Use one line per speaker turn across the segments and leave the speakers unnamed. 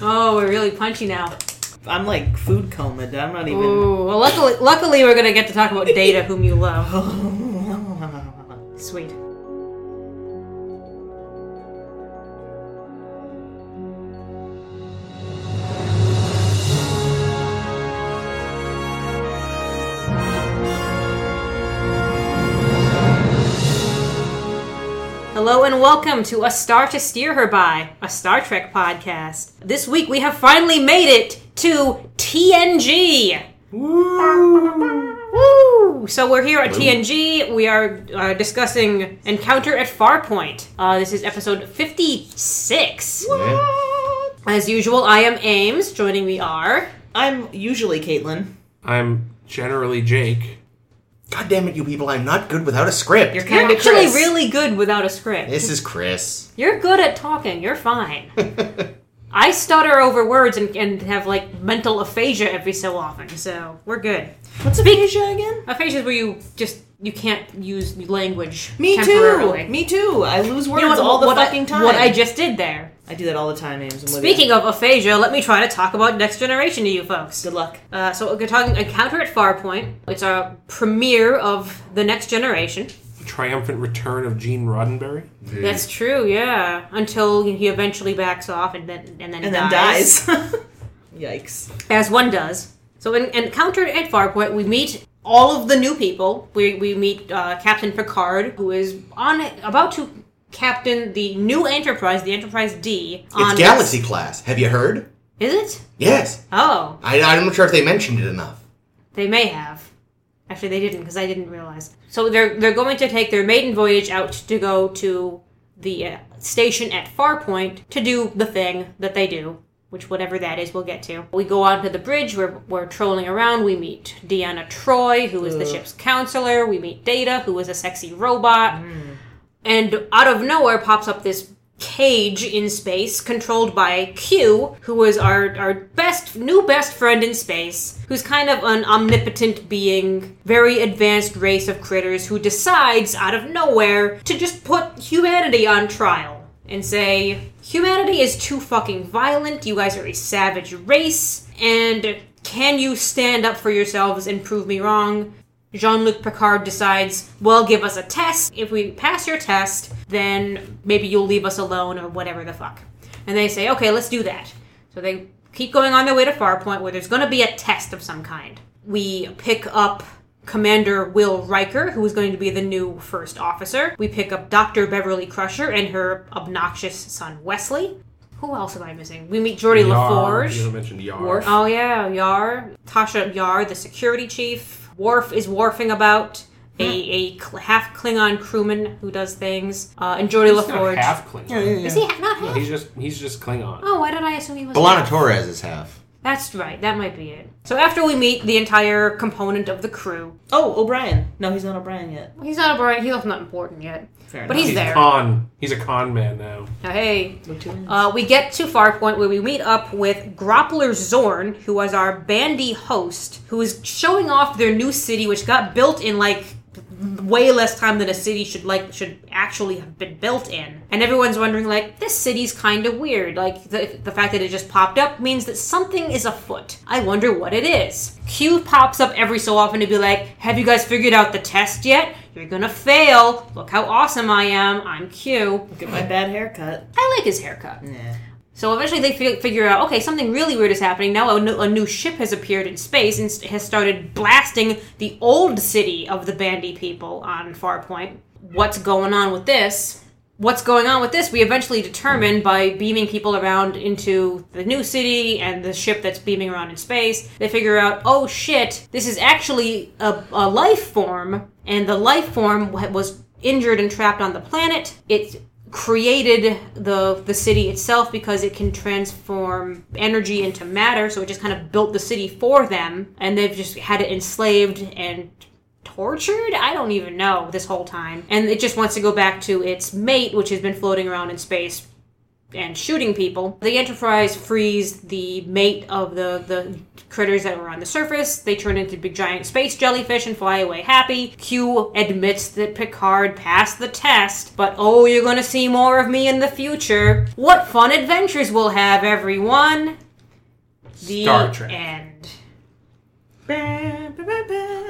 Oh, we're really punchy now.
I'm like food coma. dude. I'm not even.
Ooh, well, luckily, luckily, we're gonna get to talk about Data, whom you love. Sweet. Hello and welcome to A Star to Steer Her By, a Star Trek podcast. This week we have finally made it to TNG. Woo! So we're here at TNG. We are uh, discussing Encounter at Farpoint. Uh, this is episode 56. As usual, I am Ames. Joining me are.
I'm usually Caitlin.
I'm generally Jake.
God damn it, you people! I'm not good without a script.
You're
You're
kind of
actually
Chris.
really good without a script.
this is Chris.
You're good at talking. You're fine. I stutter over words and, and have like mental aphasia every so often, so we're good.
What's aphasia again?
Aphasia is where you just you can't use language.
Me
temporarily.
too. Me too. I lose words
You know what-
all the
what I-
fucking time.
What I just did there.
I do that all the time, Ames. I'm with
Speaking
you.
of aphasia, let me try to talk about Next Generation to you folks.
Good luck.
Uh, so we're talking Encounter at Farpoint. It's our premiere of the Next Generation.
Triumphant return of Gene Roddenberry.
That's true, yeah. Until he eventually backs off and then and then
And then dies. Yikes.
as one does. So in Encounter at Farpoint, we meet all of the new people. We, we meet uh, Captain Picard, who is on about to captain the new Enterprise, the Enterprise D. On
It's Galaxy class. Have you heard?
Is it?
Yes.
Oh,
I, I'm not sure if they mentioned it enough.
they may have. Actually, they didn't because I didn't realize. So they're they're going to take their maiden voyage out to go to the uh, station at Farpoint to do the thing that they do, which whatever that is, we'll get to. We go onto the bridge. We're we're trolling around. We meet Deanna Troy, who is the ship's counselor. We meet Data, who is a sexy robot, and out of nowhere pops up this cage in space controlled by Q, who is our our best new best friend in space, who's kind of an omnipotent being, very advanced race of critters who decides out of nowhere to just put humanity on trial and say humanity is too fucking violent, you guys are a savage race, and can you stand up for yourselves and prove me wrong? Jean Luc Picard decides, well, give us a test. If we pass your test, then maybe you'll leave us alone or whatever the fuck. And they say, okay, let's do that. So they keep going on their way to Farpoint where there's going to be a test of some kind. We pick up Commander Will Riker, who is going to be the new first officer. We pick up Dr. Beverly Crusher and her obnoxious son Wesley. Who else am I missing? We meet Geordie
Yar.
LaForge.
You mentioned Yar.
Worf.
Oh yeah, Yar, Tasha Yar, the security chief. Worf is wharfing about a,
Hmm.
a cl- half Klingon crewman who does things. Uh, and Jordy
He's not
LaForge.
half Klingon.
Uh, Is he ha- not
No,
half?
he's just he's just Klingon.
Oh, why did I assume he was?
Belana
half?
Torres is half.
That's right. That might be it. So after we meet the entire component of the crew,
Oh, O'Brien. No, he's not O'Brien yet.
he's not a bright. He's not important yet.
Fair
But
enough.
he's there.
con. He's a con man now.
Now, hey,
Look to him.
Uh, we get to Farpoint where we meet up with Groppler Zorn, who was our bandy host, who is showing off their new city, which got built in like way less time than a city should like should actually have been built in. And everyone's wondering like this city's kind of weird. Like the, the fact that it just popped up means that something is afoot. I wonder what it is. Q pops up every so often to be like, "Have you guys figured out the test yet? You're gonna fail. Look how awesome I am. I'm Q.
Look at my bad haircut.
I like his haircut."
Nah.
So eventually they fi- figure out, okay, something really weird is happening. Now a new, a new ship has appeared in space and st- has started blasting the old city of the Bandy people on Farpoint. What's going on with this? What's going on with this? We eventually determine by beaming people around into the new city and the ship that's beaming around in space. They figure out, oh shit, this is actually a, a life form, and the life form wa- was injured and trapped on the planet. It created the the city itself because it can transform energy into matter so it just kind of built the city for them and they've just had it enslaved and tortured i don't even know this whole time and it just wants to go back to its mate which has been floating around in space and shooting people. The Enterprise frees the mate of the, the critters that were on the surface. They turn into big giant space jellyfish and fly away happy. Q admits that Picard passed the test, but oh, you're gonna see more of me in the future. What fun adventures we'll have, everyone! The
Star Trek.
end.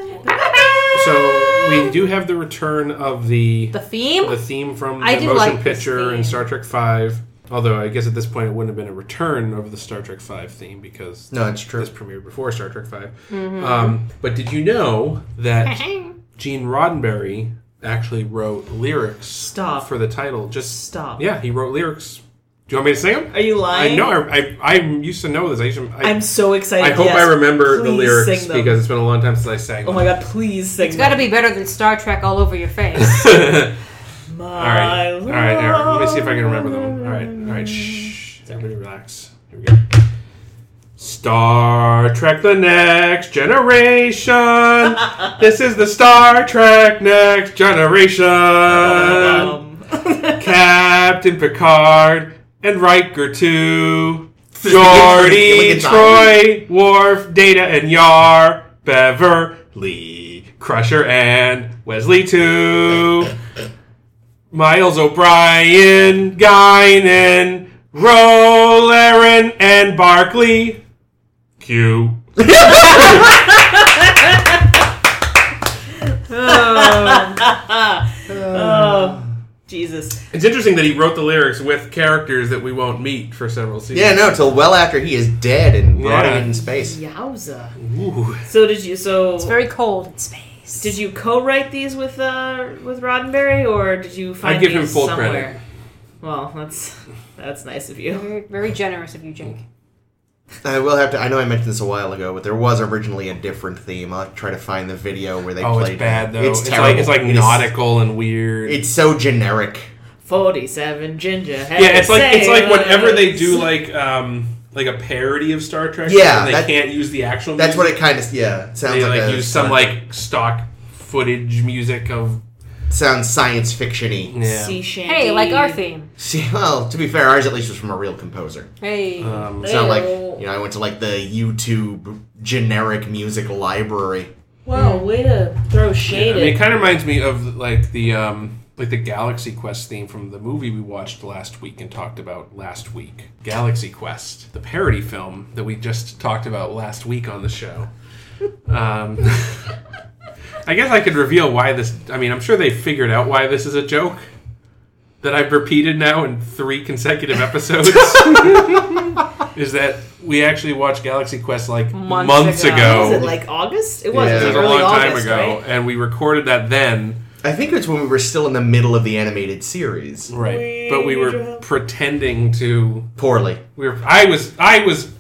So we do have the return of the
The theme?
the theme from
I
the
do
motion
like this
picture
theme.
in Star Trek Five. Although I guess at this point it wouldn't have been a return of the Star Trek Five theme because
No, it's
this
true.
premiered before Star Trek 5
Mm-hmm.
Um, but did you know that Gene Roddenberry actually wrote lyrics
Stop.
for the title? Just
Stop.
Yeah, he wrote lyrics. Do you want me to sing them?
Are you lying?
I know. I, I I used to know this. I used to. I,
I'm so excited.
I hope
Yes,
I remember the
please
lyrics
sing them.
because it's been a long time since I sang.
Oh my god, please sing.
It's gotta
them.
be better than Star Trek all over your face.
god. all
My
right. All right. Eric, Let me see if I can remember them. All right. All right. Shh. Everybody relax. Here we go. Star Trek: The Next Generation. this is the Star Trek Next Generation.
Um,
Captain Picard and Riker too.
is the beginning
Geordi,
of the
Troy, Worf, Data, and Yar, Beverly, Crusher, and Wesley too. Miles O'Brien, Guinan, Rollerin, and Barkley. Q.
oh, Jesus.
It's interesting that he wrote the lyrics with characters that we won't meet for several seasons.
Yeah, no, till well after he is dead and rotting
Yeah.
in space.
Yowza.
Ooh. oh,
So did you? So
It's very cold in space.
did you co-write these with uh with Roddenberry, or did you find?
I give him
these
full
somewhere?
credit.
Well, that's that's nice of you.
Very, very generous of you, Jake.
I will have to. I know I mentioned this a while ago, but there was originally a different theme. I'll try to find the video where they
Oh,
played.
it's bad though.
It's
It's,
terrible.
like it's like
It is-
nautical and weird.
It's so generic.
Forty-seven ginger.
yeah, it's like it's like whenever they do like um like a parody of Star Trek.
Yeah,
and they
that-
can't use the actual.
That's what
music.
it kind of yeah it sounds
They
like.
like,
a,
use some like stock footage music of
sounds science fictiony.
yeah.
sea shanty.
Hey, like our theme.
See, well, to be fair, ours at least was from a real composer.
Hey.
Um,
It's not like
Ew.
you know I went to like the YouTube generic music library.
Wow, way to throw
yeah, I
shade.
mean,
at-
it kind of reminds me of like the um like the Galaxy Quest theme from the movie we watched last week and talked about last week. Galaxy Quest, the parody film that we just talked about last week on the show. Um, I guess I could reveal why this. I mean, I'm sure they figured out why this is a joke that I've repeated now in three consecutive episodes. is that we actually watched Galaxy Quest like months,
Months ago.
ago.
was it like August? It was.
Yeah.
It was
It was a
early
long time
August,
ago,
right?
and we recorded that then.
I think it's when we were still in the middle of the animated series.
Right.
We
but we were
drove-
pretending to
Poorly.
we were I was I was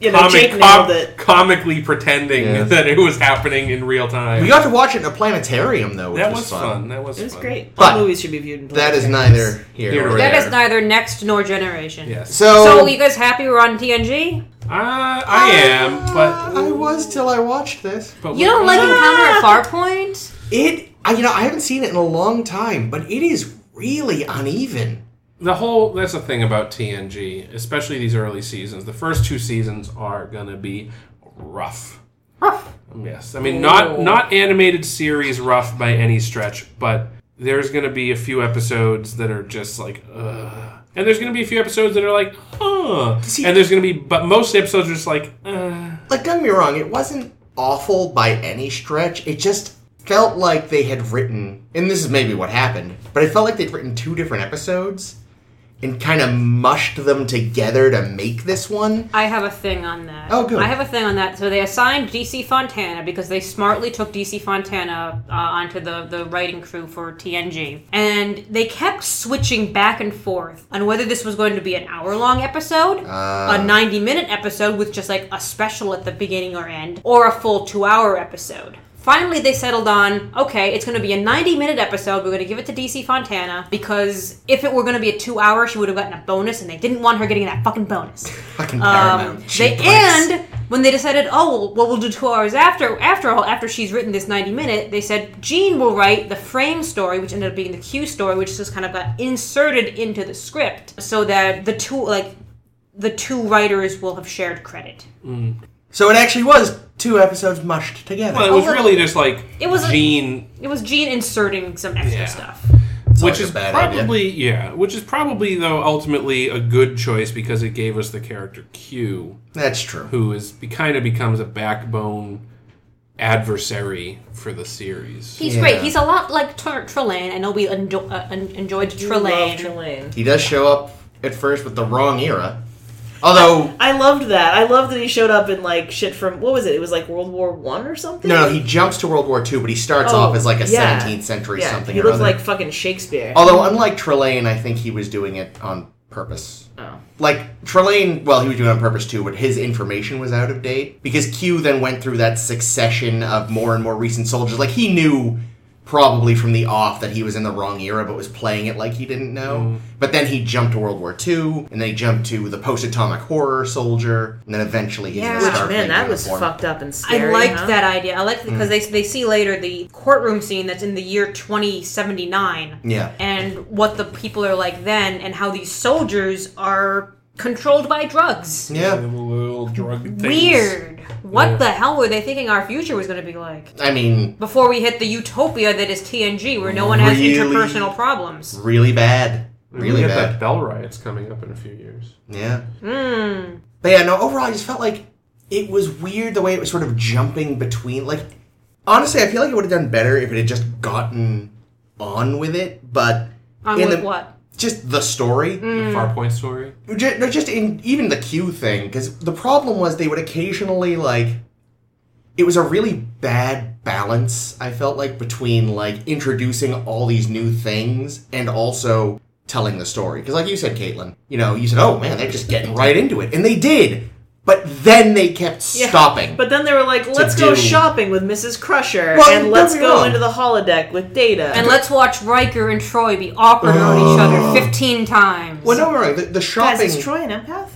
You know, Jake
com-
nailed it.
comically pretending
Yeah.
that it was happening in real time.
We got to watch it in a planetarium though. Which
that
was,
was fun. That was
It was
fun.
great.
But-
All movies should be viewed in
That is
black and white.
neither here,
Here
nor
or
that
there.
is neither next nor generation.
Yes.
So,
So, you guys happy we're on TNG?
uh, I am, but
I was till I watched this.
but
You don't
we-
like Encounter at Farpoint?
It, I, you know, I haven't seen it in a long time, but it is really uneven.
the whole that's the thing about TNG, especially these early seasons. The first two seasons are going to be rough. Yes, I mean not not animated series rough by any stretch, but there's going to be a few episodes that are just like, ugh. and there's going to be a few episodes that are like, huh,
See-
and there's going to be, but most episodes are just like, uh.
Like, don't get me wrong, it wasn't awful by any stretch. It just felt like they had written, and this is maybe what happened, but it felt like they'd written two different episodes and kind of mushed them together to make this one.
I have a thing on that.
Oh, good.
I have a thing on that. So they assigned DC Fontana because they smartly took DC Fontana uh, onto the, the writing crew for TNG. And they kept switching back and forth on whether this was going to be an hour long episode,
Ah.
a 90 minute episode with just like a special at the beginning or end, or a full two hour episode. Finally, they settled on okay, it's going to be a 90 minute episode. We're going to give it to DC Fontana because if it were going to be a two hour, she would have gotten a bonus, and they didn't want her getting that fucking bonus.
Fucking
Um,
Paramount.
they
cheap price.
and when they decided, oh, well, we'll do two hours after. After all, after she's written this ninety-minute, they said Jean will write the frame story, which ended up being the Q story, which just kind of got inserted into the script, so that the two like the two writers will have shared credit.
So it actually was two episodes mushed together.
Well, it was
Although-
really just like
It was a-
Gene,
It was Jean inserting some extra
Yeah.
stuff.
It's
which
like a
is
bad idea.
probably yeah, which is probably though ultimately a good choice because it gave us the character Q,
That's true.
who is be, kind of becomes a backbone adversary for the series.
He's
Yeah.
great. He's a lot like Tr- Trelane. I know we endo- uh, en- enjoyed Trelane.
Trelane.
He does show up at first with the wrong era. Although,
I loved that. I loved that he showed up in like shit from what was it? It was like World War One or something.
no, no, he jumps to World War II, but he starts
Oh,
off as like a
yeah.
17th century
yeah,
something
He
or
looked
other. Oh.
like fucking Shakespeare.
Although, unlike Trelane, I think he was doing it on purpose.
Oh.
Like, Trelane, well, he was doing it on purpose too, but his information was out of date. Because Q then went through that succession of more and more recent soldiers. Like, he knew probably from the off that he was in the wrong era, but was playing it like he didn't know.
Mm-hmm.
But then he jumped to World War II, and then he jumped to the post atomic horror soldier, and then eventually he's
Yeah.
going
Which
to start
man, that
making
was
reform.
fucked up and
I
scary.
liked
huh?
that idea. I liked because they they see later the courtroom scene that's in the year 2079
Yeah.
and what the people are like then and how these soldiers are controlled by drugs.
Yeah.
Little drug things.
Weird. What
Yeah.
the hell were they thinking our future was going to be like?
I mean,
Before we hit the utopia that is TNG, where no one has
Really?
interpersonal problems.
really bad. Really
we got
bad.
that Bell riots coming up in a few years.
Yeah.
Mm.
But yeah, no, overall, I just felt like it was weird the way it was sort of jumping between. Like, honestly, I feel like it would have done better if it had just gotten on with it, but.
On
in
with
the-
what? Hmm.
Just the story.
Mm.
The Farpoint story.
Ju- no, Just in even the Q thing, because the problem was they would occasionally, like. It was a really bad balance, I felt like, between, like, introducing all these new things and also telling the story. Because, like you said, Caitlin, you know, you said, oh man, they're just getting right into it. And they did. But then they kept
Yeah,
stopping.
But then they were like, let's go
do-
shopping with Mrs. Crusher,
Well,
and let's
don't get me
go
wrong.
into the holodeck with Data.
And let's watch Riker and Troy be awkward
Oh.
on each other 15 times.
Well, no, right. The, the shopping.
Guys, is Troy an empath?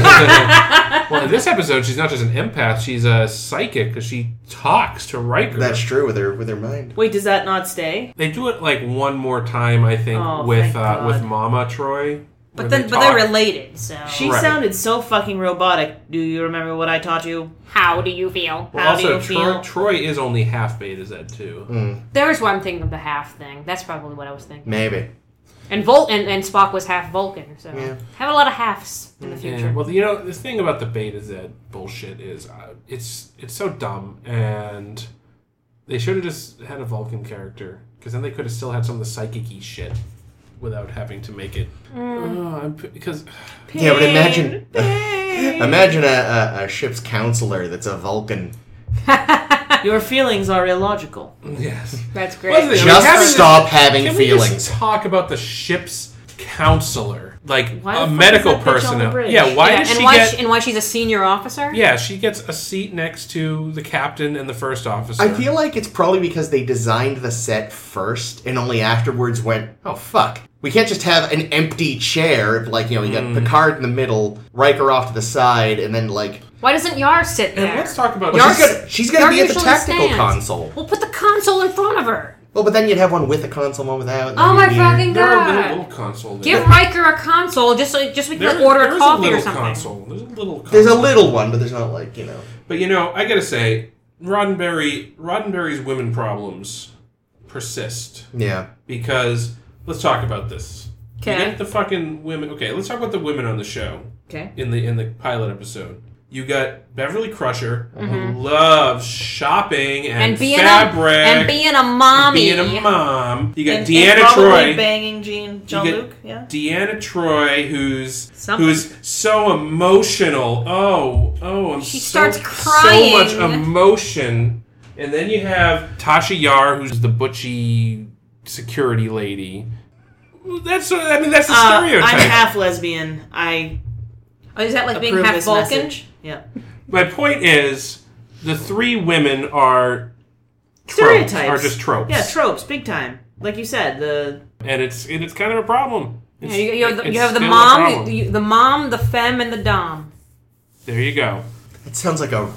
well, in this episode, she's not just an empath; she's a psychic because she talks to Riker.
That's true with her with her mind.
Wait, does that not stay?
They do it like one more time, I think,
Oh,
with
thank
uh, with
God.
Mama Troy. where
but then,
they
but they're
talk.
related, so
She
Right.
sounded so fucking robotic. Do you remember what I taught you?
how do you feel?
Well,
How
also,
do you
Troy,
feel?
Troy is only half beta Z too.
There's where I'm thinking of the half thing. That's probably what I was thinking.
Maybe.
And Vol and, and Spock was half Vulcan, so
Yeah.
have a lot of halves in the future.
Yeah. Well, you know, the thing about the beta Z bullshit is uh, it's it's so dumb, and they should have just had a Vulcan character because then they could have still had some of the psychic-y shit without having to make it.
Mm.
Oh, I'm p- because
Yeah, but imagine-
Pain.
Imagine a, a, a ship's counselor that's a Vulcan.
Your feelings are illogical.
yes.
That's great.
Well, that's the thing, I mean,
Just
having this-
stop having
Can we
feelings.
just talk about the ship's counselor, like
Why the
a
fuck is
medical
that bitch on the
personnel?
bridge?
Yeah, why
Yeah,
does
and
she
why
get?
she, and why she's a senior officer?
yeah, she gets a seat next to the captain and the first officer.
I feel like it's probably because they designed the set first and only afterwards went, oh fuck. We can't just have an empty chair if, like, you know, you got Picard in the middle, Riker off to the side, and then, like,
Why doesn't Yar sit
And
there?
let's talk about
well,
Yar's-
she's gonna, she's gonna
Yar
be at the
usually
tactical
stands.
console.
We'll put the console in front of her.
Well, but then you'd have one with a console, one without. and
Oh
that'd
my
be weird.
fucking
There are little,
god!
little console. There.
Give Riker a console just so just so we
There-
can order
there
a
is
coffee
little
or something.
Console. There's a little. Console.
There's a little one, but there's not, like, you know.
But you know, I gotta say, Roddenberry, Roddenberry's women problems persist
Yeah.
because let's talk about this. You
Okay.
get the fucking women. Okay, let's talk about the women on the show.
Okay.
in the in the pilot episode. You got Beverly Crusher, who loves shopping and,
Mm-hmm. And being
fabric
a and being a mommy.
being a mom. You got
and,
Deanna
and probably
Troy.
banging Jean Jean
get-
Luc. Yeah.
Deanna Troy, who's
Something.
who's so emotional. Oh, oh, I'm
She
so,
starts
So much
crying.
emotion, and then you have Tasha Yar, who's the butchy security lady. That's I mean that's the
Uh,
stereotype.
I'm half lesbian. I
Oh, is that like being
approve
half
this
Vulcan?
message. Yeah.
My point is, the three women are tropes-
Stereotypes
are just tropes.
Yeah, tropes, big time. Like you said, the
and it's and it's kind of a problem.
Yeah,
It's-
you, you have the,
it's
you have the
still a
mom,
problem.
you, the mom, the femme, and the dom.
there you go.
That sounds like a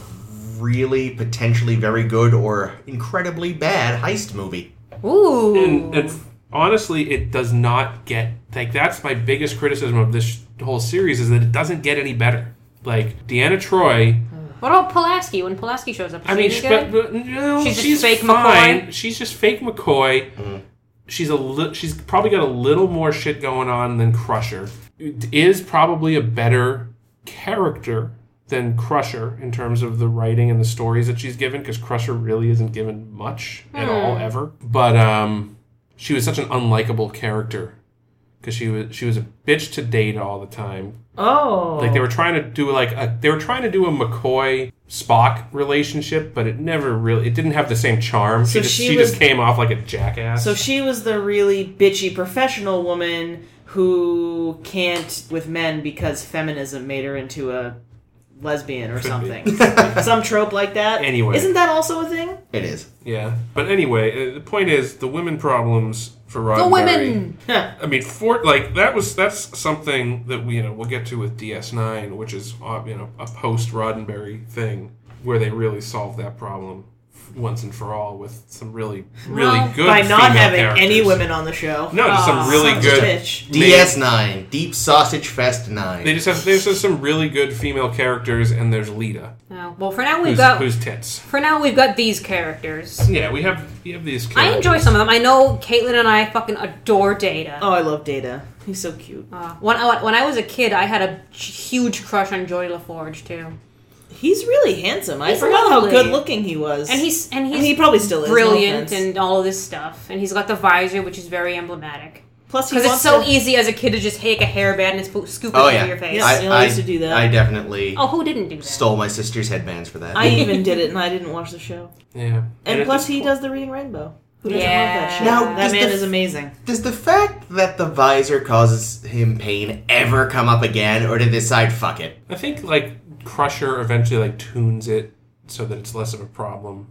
really potentially very good or incredibly bad heist movie.
Ooh.
and, and honestly, it does not get like that's my biggest criticism of this whole series is that it doesn't get any better. Like Deanna Troy,
what about Pulaski when Pulaski shows up? Is
I mean,
she
she,
any
but,
good?
but, no,
She's just
she's, fake
fake
fine.
McCoy?
She's just fake McCoy. She's a li- she's probably got a little more shit going on than Crusher. It Is probably a better character than Crusher in terms of the writing and the stories that she's given because Crusher really isn't given much at
Hmm.
all ever. But um, she was such an unlikable character because she was she was a bitch to date all the time.
Oh.
Like they were trying to do like a they were trying to do a McCoy Spock relationship, but it never really it didn't have the same charm.
So
she just
she
she,
was-
just came off like a jackass.
So she was the really bitchy professional woman who can't with men because feminism made her into a lesbian or something. Some trope like that.
Anyway.
Isn't that also a thing?
It is.
yeah. But anyway, uh, the point is the women problems for
the
Roddenberry.
women.
I mean, for like that was that's something that we you know we'll get to with DS9, which is uh, you know a post Roddenberry thing where they really solved that problem f- once and for all with some really really
Well,
good
By not
female
having any
characters.
women on the show.
No, just some
Aw,
really
sons of
good
bitch.
male-
DS9, Deep Sausage Fest 9.
They just have there's just some really good female characters, and there's Lita,
No. Oh, Well, for now we've
who's,
got
who's tits.
for now we've got these characters.
Yeah, we have we have these. Characters.
I enjoy some of them. I know Caitlin and I fucking adore Data.
Oh, I love Data. He's so cute.
Uh, when I, when I was a kid, I had a huge crush on Joy LaForge too,
He's really handsome. I
He's
forgot
lovely.
how good looking he was.
and he's and
And he
he's
probably still is. no
brilliant
offense.
and all of this stuff, and he's got the visor, which is very emblematic.
plus he
Because it's
wants
so
to-
easy as a kid to just take a hairband and sp- scoop it
Oh,
over
yeah.
your face.
Yes, I used to do that.
I definitely
Oh, who didn't do that?
stole my sister's headbands for that.
I even did it, and I didn't watch the show.
Yeah,
And,
at
plus,
this
he
point-
does the Reading Rainbow. Who doesn't love that
Yeah.
shit?
Now,
that
does
man
the-
is amazing.
Does the fact that the visor causes him pain ever come up again, or did they decide, fuck it?
I think like Crusher eventually like tunes it so that it's less of a problem.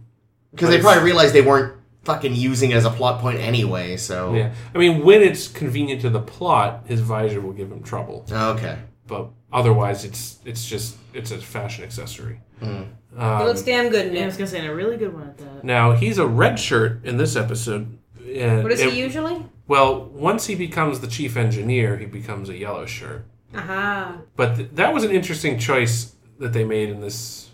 Because they probably realized they weren't fucking using it as a plot point anyway, so.
Yeah, I mean when it's convenient to the plot, his visor will give him trouble,
Okay.
but otherwise it's it's just it's a fashion accessory.
He looks damn good in
Yeah, I
it.
was gonna say, and a really good one at that.
Now he's a red shirt in this episode. and
What is
it-
he usually?
Well, once he becomes the chief engineer, he becomes a yellow shirt.
Aha.
But th- that was an interesting choice that they made in this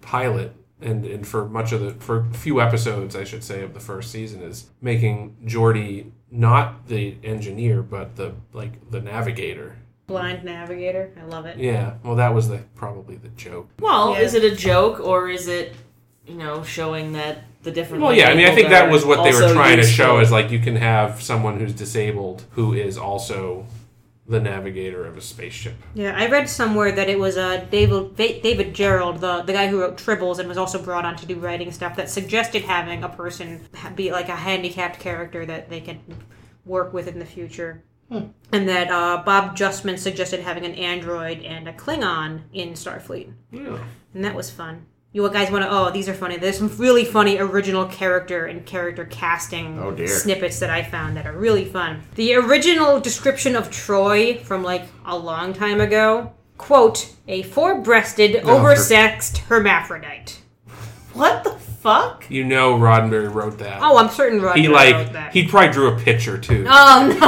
pilot, and, and for much of the for a few episodes, I should say, of the first season, is making Jordy not the engineer, but the like the navigator.
Blind navigator. I love it.
Yeah, well, that was the probably the joke.
Well,
Yeah.
is it a joke or is it, you know, showing that the different?
Well, yeah, I mean, I think that was what they were
also
trying to
useful.
show is like you can have someone who's disabled who is also the navigator of a spaceship.
Yeah, I read somewhere that it was uh, David Va- David Gerald, the the guy who wrote Tribbles and was also brought on to do writing stuff, that suggested having a person ha- be like a handicapped character that they could work with in the future. And that uh, Bob Justman suggested having an android and a Klingon in Starfleet,
Yeah.
and that was fun. You guys want to? Oh, these are funny. There's some really funny original character and character casting
Oh, dear.
snippets that I found that are really fun. The original description of Troy from like a long time ago quote, a four breasted,
Oh,
oversexed hermaphrodite.
What the fuck?
You know, Roddenberry wrote that.
Oh, I'm certain Rod
he
wrote
like
that.
he probably drew a picture too.
oh,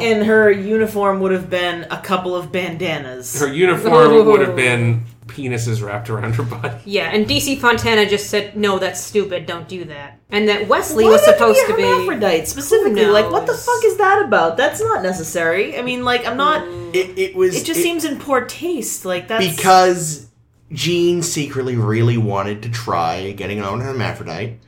no.
And her uniform would have been a couple of bandanas.
Her uniform
Ooh.
would
Oh.
have been penises wrapped around her body.
yeah, and DC Fontana just said, no, that's stupid, don't do that. And that Wesley
Why
was
did it
supposed
be
to be.
hermaphrodite specifically.
Who
Like, what the
knows?
fuck is that about? That's not necessary. I mean, like, I'm not.
Mm.
It, it was.
It just seems in poor taste. Like that's
Because Jean secretly really wanted to try getting on hermaphrodite,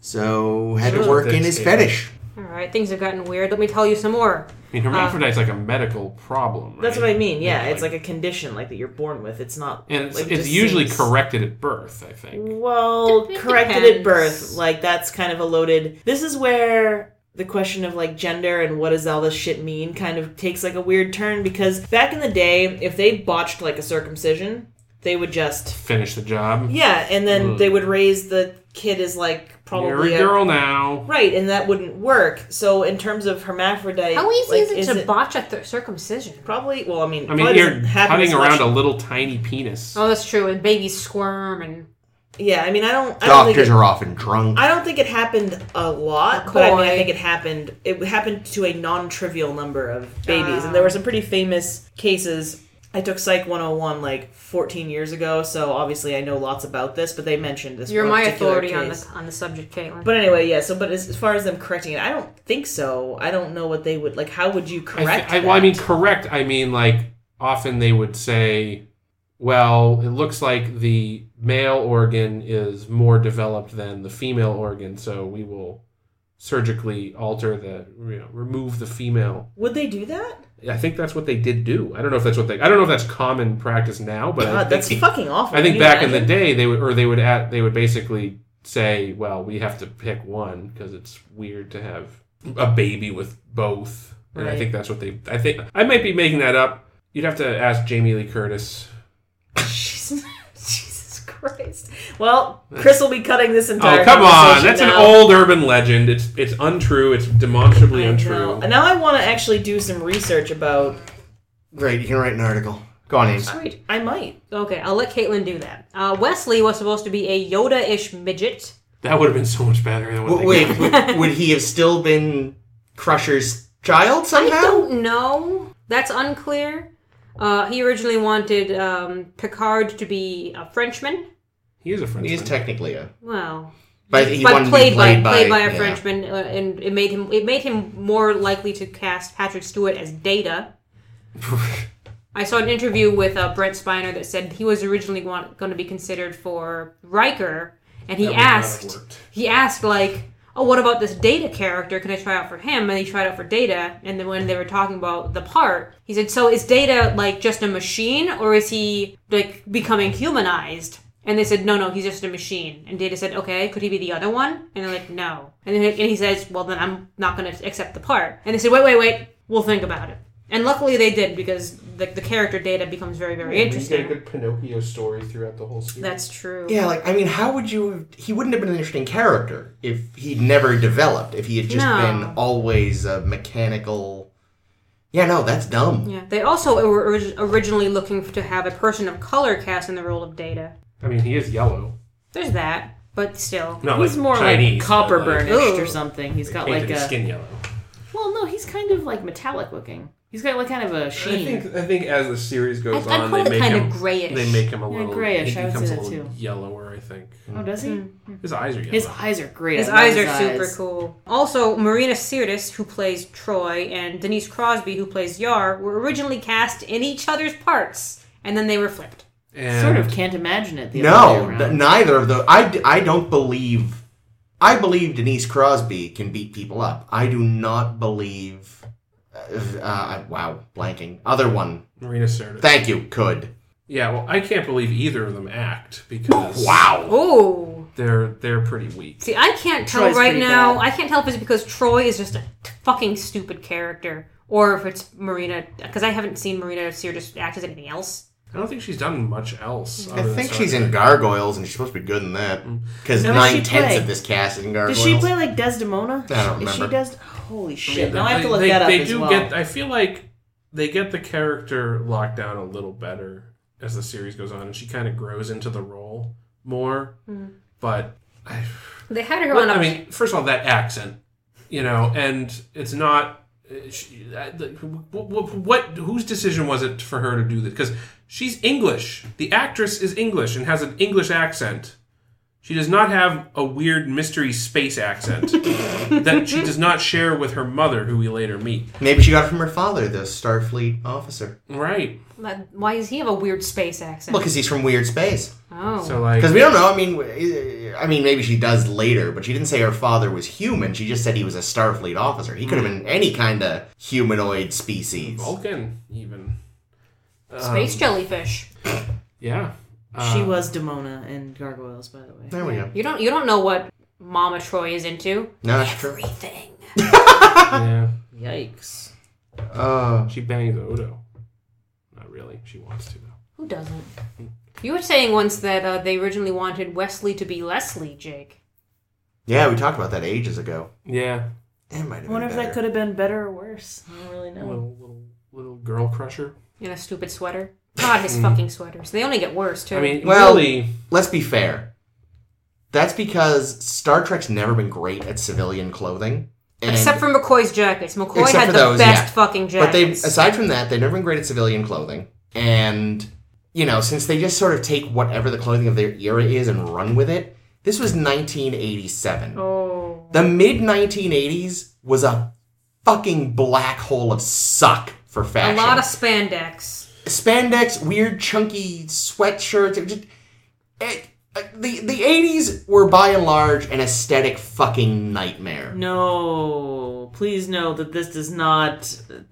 so had to
Sure.
work in his
Yeah.
fetish.
Alright, things have gotten weird. Let me tell you some more.
I mean, hermaphrodite's like a medical problem. Right?
Ah. that's what I mean. Yeah,
Like-
it's like a condition like that you're born with. It's not.
and it's,
like,
it's
just
usually
seems-
corrected at birth. I think.
Well,
It
corrected
depends.
at birth. Like that's kind of a loaded. This is where the question of like gender and what does all this shit mean kind of takes like a weird turn because back in the day, if they botched like a circumcision, they would just
Finish the job.
yeah, and then they would raise the kid is like probably
You're a
a-
girl now.
Right, and that wouldn't work. So in terms of hermaphrodite,
How easy
like,
is it to botch a th- circumcision?
Probably. Well, I mean,
I mean,
probably
you're
doesn't happen
cutting
as
around
much-
a little tiny penis.
Oh, that's true. And babies squirm and
Yeah, I mean, I don't. I don't think
Doctors
it,
are often drunk.
I don't think it happened a lot, but I mean, I
McCoy.
think it happened. It happened to a non-trivial number of babies,
Ah.
and there were some pretty famous cases. I took Psych 101 like 14 years ago, so obviously I know lots about this, but they mentioned this.
you're my
particular
authority on
case.
the on the subject, Caitlin.
But anyway, yeah. So, but as, as far as them correcting it, I don't think so. I don't know what they would like. How would you
I thi-
correct?
I, well, I
that?
mean, correct. I mean, like often they would say, "Well, it looks like the male organ is more developed than the female organ, so we will surgically alter the you know, remove the female."
would they do that?
I think that's what they did do. I don't know if that's what they. I don't know if that's common practice now, but I
God, that's
think,
fucking awful.
I
Can
think
you
back in the
imagine?
day they would or they would add, they would basically say, "Well, we have to pick one because it's weird to have a baby with both." And I
Right.
think that's what they. I think I might be making that up. You'd have to ask Jamie Lee Curtis.
Jesus, Jesus Christ. Well, Chris will be cutting this entire.
Oh come on,
conversation
that's an
now.
old urban legend. It's it's untrue. It's demonstrably
I
untrue.
know. And now I want to actually do some research about.
Great, you can write an article. Go on, Ames.
Sweet.
I might.
Okay, I'll let Caitlin do that. Uh, Wesley was supposed to be a Yoda-ish midget.
That would have been so much better than what
W-
they
Wait,
got.
w- would he have still been Crusher's child
I
Uh-huh.
somehow?
don't know. That's unclear. Uh, he originally wanted um, Picard to be a Frenchman.
He is a Frenchman.
He is technically a.
Well,
But he
but
wanted to be
played, by, played by a
yeah.
Frenchman, uh, and it made him it made him more likely to cast Patrick Stewart as Data. I saw an interview with uh, Brent Spiner that said he was originally want, going to be considered for Riker, and he
That would not have
asked
worked.
he asked like, "Oh, what about this Data character? Can I try out for him?" And he tried out for Data, and then when they were talking about the part, he said, "So is Data like just a machine, or is he like becoming humanized?" And they said, "No, no, he's just a machine." And Data said, "Okay, could he be the other one?" And they're like, "No." And then and he says, "Well, then I'm not going to accept the part." And they said, "Wait, wait, wait, we'll think about it." And luckily they did because the, the character Data becomes very, very interesting.
good Pinocchio story throughout the whole series.
That's true.
Yeah, like I mean, how would you? Have, he wouldn't have been an interesting character if he'd never developed. If he had just
No.
been always a mechanical. Yeah, no, that's dumb.
Yeah, they also were orig- originally looking to have a person of color cast in the role of Data.
I mean, he is yellow.
There's that, but still.
Not
He's
like
more
Chinese,
like copper
but, like,
burnished or
Ooh.
something. He's got
painted
like
his
a.
skin yellow.
Well, no, he's kind of like metallic looking. He's got like kind of a
I
sheen.
think I think as the series goes
I'd- I'd
on,
call
they
it
make
kinda
him
grayish.
They make him a little
grayish,
He
I would
becomes
say
a
that
little
too.
yellower, I think.
oh, does he?
His eyes are yellow.
His eyes are great.
His
I love
eyes are
his
super
eyes.
cool. Also, Marina Sirtis, who plays Troy, and Denise Crosby, who plays Yar, were originally cast in each other's parts, and then they were flipped.
and
Sort of can't imagine it. The other
No,
way around.
n- neither of those. I, d- I don't believe. I believe Denise Crosby can beat people up. I do not believe. Uh, uh, wow, blanking. Other one.
Marina Sirtis.
Thank you. Could.
yeah, well, I can't believe either of them act because
Wow.
Oh!
they're they're pretty weak.
See, I can't tell
Troy's
right
pretty
now.
bad.
I can't tell if it's because Troy is just a t- fucking stupid character, or if it's Marina, because I haven't seen Marina Sirtis act as anything else.
I don't think she's done much else.
I think she's in gargoyles, and she's supposed to be good in that. Because
Now, does Mm-hmm. she
nine tenths
play?
of this cast is in gargoyles.
Does she play like Desdemona?
I don't
Is she
remember.
Des? Holy shit!
They,
now I have to look
they,
that up
They
as
do
well.
get. I feel like they get the character locked down a little better as the series goes on, and she kind of grows into the role more.
Hmm.
But I,
They had her on
Well,
a
I mean, first of all, that accent, you know, and it's not. uh, She, uh, the- wh- wh- what whose decision was it for her to do this? Because she's English. The actress is English and has an English accent. She does not have a weird mystery space accent that she does not share with her mother, who we later meet.
Maybe she got it from her father, the Starfleet officer.
Right.
But Why does he have a weird space accent?
Well, because he's from weird space.
oh,
So like,
Because we don't know. I mean, w- I mean, maybe she does later, but she didn't say her father was human. She just said he was a Starfleet officer. He could have been any kind of humanoid species.
Vulcan even. Uh,
space
um,
jellyfish.
Yeah.
Uh,
She was Demona in Gargoyles, by the way.
There we go.
You don't you don't know what Mama Troy is into.
No, that's true.
Everything.
Uh, Yeah.
Yikes.
Uh,
She bangs Odo. Not really. She wants to though.
Who doesn't? You were saying once that uh, they originally wanted Wesley to be Leslie, Jake.
Yeah, we talked about that ages ago.
Yeah,
It might have
I wonder
been
if
better.
that could have been better or worse. I don't really know.
little little little girl crusher.
In a stupid sweater. God,
Mm.
his fucking sweaters. They only get worse too.
I mean,
Well-
really,
Let's be fair. That's because Star Trek's never been great at civilian clothing. And-
except for McCoy's jackets. McCoy
Except
had
for
the
those,
best
yeah.
fucking
But they,
jackets.
aside from that, they've never been great at civilian clothing. And, you know, since they just sort of take whatever the clothing of their era is and run with it, this was 1987.
oh,
The mid 1980s was a fucking black hole of suck for
a
fashion.
lot of spandex.
spandex, weird chunky sweatshirts. It just, it, uh, the the 80s were by and large an aesthetic fucking nightmare.
Mm, No, please know that this does not.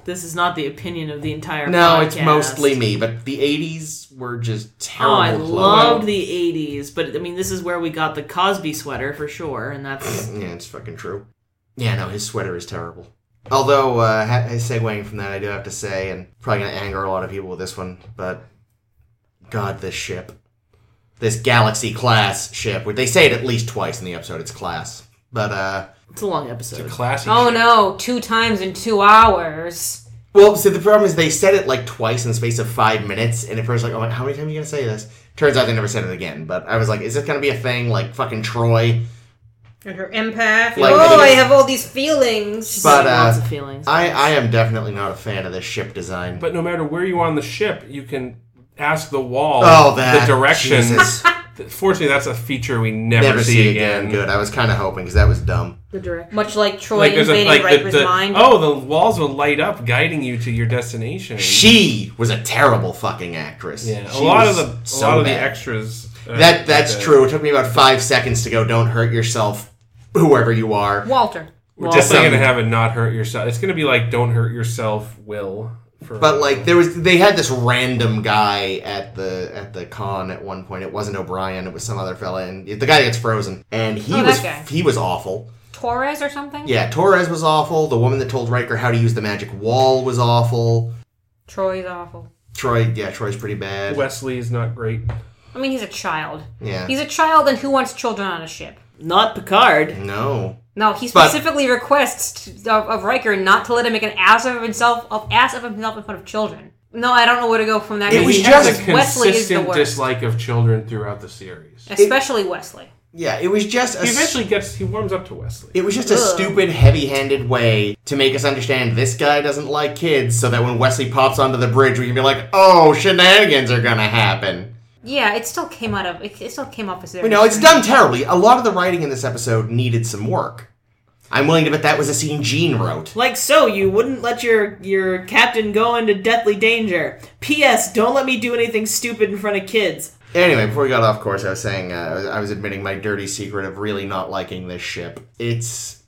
This is not the opinion of the entire.
No, it's
podcast.
mostly me, but the 80s were just terrible.
Oh, I
clothes.
loved the '80s, but I mean, this is where we got the Cosby sweater for sure, and that's
Yeah, it's fucking true. Yeah, no, his sweater is terrible. Although, uh, ha- segueing from that, I do have to say, and probably gonna anger a lot of people with this one, but God, this ship, this galaxy class ship, which they say it at least twice in the episode. It's class, but uh,
it's a long
it's a
episode.
classy.
Oh
shit.
no, two times in two hours.
well, see, the problem is they said it like twice in the space of five minutes, and at first, like, oh, how many times are you gonna say this? Turns out they never said it again. But I was like, is this gonna be a thing? Like fucking Troy.
And her empath.
Like-
oh, I have all these feelings.
But,
lots
uh,
of feelings.
I I am definitely not a fan of this ship design.
But no matter where you on the ship, you can ask the wall
oh, that
the directions.
Jesus.
Fortunately, that's a feature we never,
never see again. Good. I was kind of hoping because that was dumb.
the director.
Much like Troy
Like there's a
invading
like the,
Riker's
the,
mind.
oh the walls will light up, guiding you to your destination.
She was a terrible fucking actress.
yeah, a
She
lot of
was
the a
so
lot of the
bad.
extras. uh,
That that's
uh,
true. It took me about five seconds to go. Don't hurt yourself, whoever you are.
Walter.
We're definitely
Awesome.
gonna have it not hurt yourself. It's gonna be like don't hurt yourself, will. For
But like there was, they had this random guy at the at the con at one point. It wasn't O'Brien. It was some other fella, and the guy that gets frozen. And he
Oh, that
was
guy.
he was awful.
Torres or something?
Yeah, Torres was awful. The woman that told Riker how to use the magic wall was awful.
Troy's awful.
Troy, yeah, Troy's pretty bad.
Wesley is not great.
I mean, he's a child.
Yeah,
He's a child, and who wants children on a ship?
Not Picard.
no.
No, he
But-
specifically requests to, of, of Riker not to let him make an ass of himself, of ass of himself in front of children. No, I don't know where to go from that.
It
Maybe
was
He
he
just-
has
has a
a- Wesley is the
consistent
worst,
dislike of children throughout the series.
especially Wesley.
Yeah, it was just a
He eventually gets he warms up to Wesley.
It was just a
Ugh.
stupid, heavy handed way to make us understand this guy doesn't like kids, so that when Wesley pops onto the bridge, we can be like, oh, shenanigans are gonna happen.
Yeah, it still came out of it, it still came off as their.
You know, it's done terribly. A lot of the writing in this episode needed some work. I'm willing to bet that was a scene Gene wrote.
Like so, you wouldn't let your your captain go into deathly danger. P.S. Don't let me do anything stupid in front of kids.
Anyway, before we got off course, I was saying, uh, I was- I was admitting my dirty secret of really not liking this ship. It's.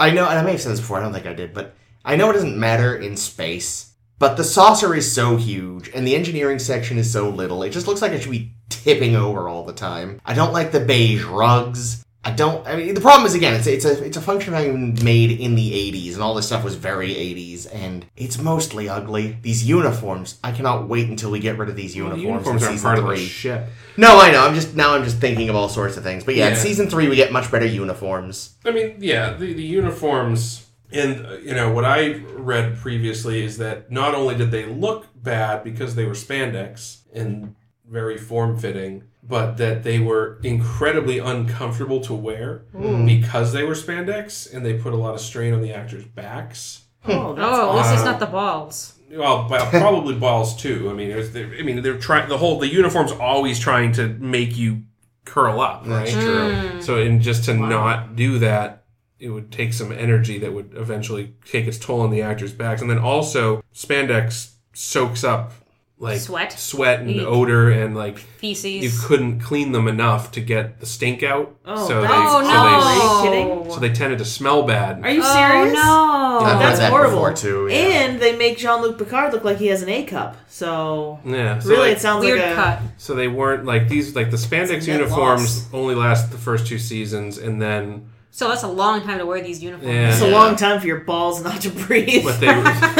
I know, and I may have said this before, I don't think I did, but I know it doesn't matter in space, but the saucer is so huge, and the engineering section is so little, it just looks like it should be tipping over all the time. I don't like the beige rugs. I don't. I mean, the problem is again, it's it's a it's a function of having been made in the '80s, and all this stuff was very '80s, and it's mostly ugly. These uniforms, I cannot wait until we get rid of these
The
uniforms. in
uniforms aren't
season
part of the
three.
ship.
No, I know. I'm just now. I'm just thinking of all sorts of things. But yeah, in
Yeah.
season three, we get much better uniforms.
I mean, yeah, the, the uniforms and uh, you know what I read previously is that not only did they look bad because they were spandex and very form fitting, but that they were incredibly uncomfortable to wear
Mm.
because they were spandex and they put a lot of strain on the actors' backs.
Oh, that's
Oh, at least it's
Wow.
not the balls.
Well, but probably balls too. I mean, there's, there, I mean, they're trying the whole the uniform's always trying to make you curl up, right?
That's true.
Mm.
So, and just to not do that, it would take some energy that would eventually take its toll on the actors' backs. And then also, spandex soaks up like
Sweat?
sweat and
Eek.
odor, and like
Feces.
you couldn't clean them enough to get the stink out.
Oh,
so they,
that's-
oh
so
no!
Are you
they so they tended to smell bad.
Are you
Oh,
serious?
no!
I've heard
that's
that
horrible.
before,
Oh,
too, yeah.
And they make Jean Luc Picard look like he has an A cup. So
yeah, so
really,
like,
it sounds
Weird
like a
cut.
So they weren't like these like the spandex
It's a net
uniforms
loss.
only last the first two seasons and then
So that's a long time to wear these uniforms.
Yeah.
It's a long time for your balls not to breathe.
but they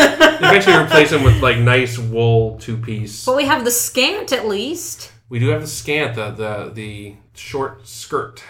eventually replace them with like nice wool two piece.
But we have the scant at least.
We do have the scant the the, the short skirt.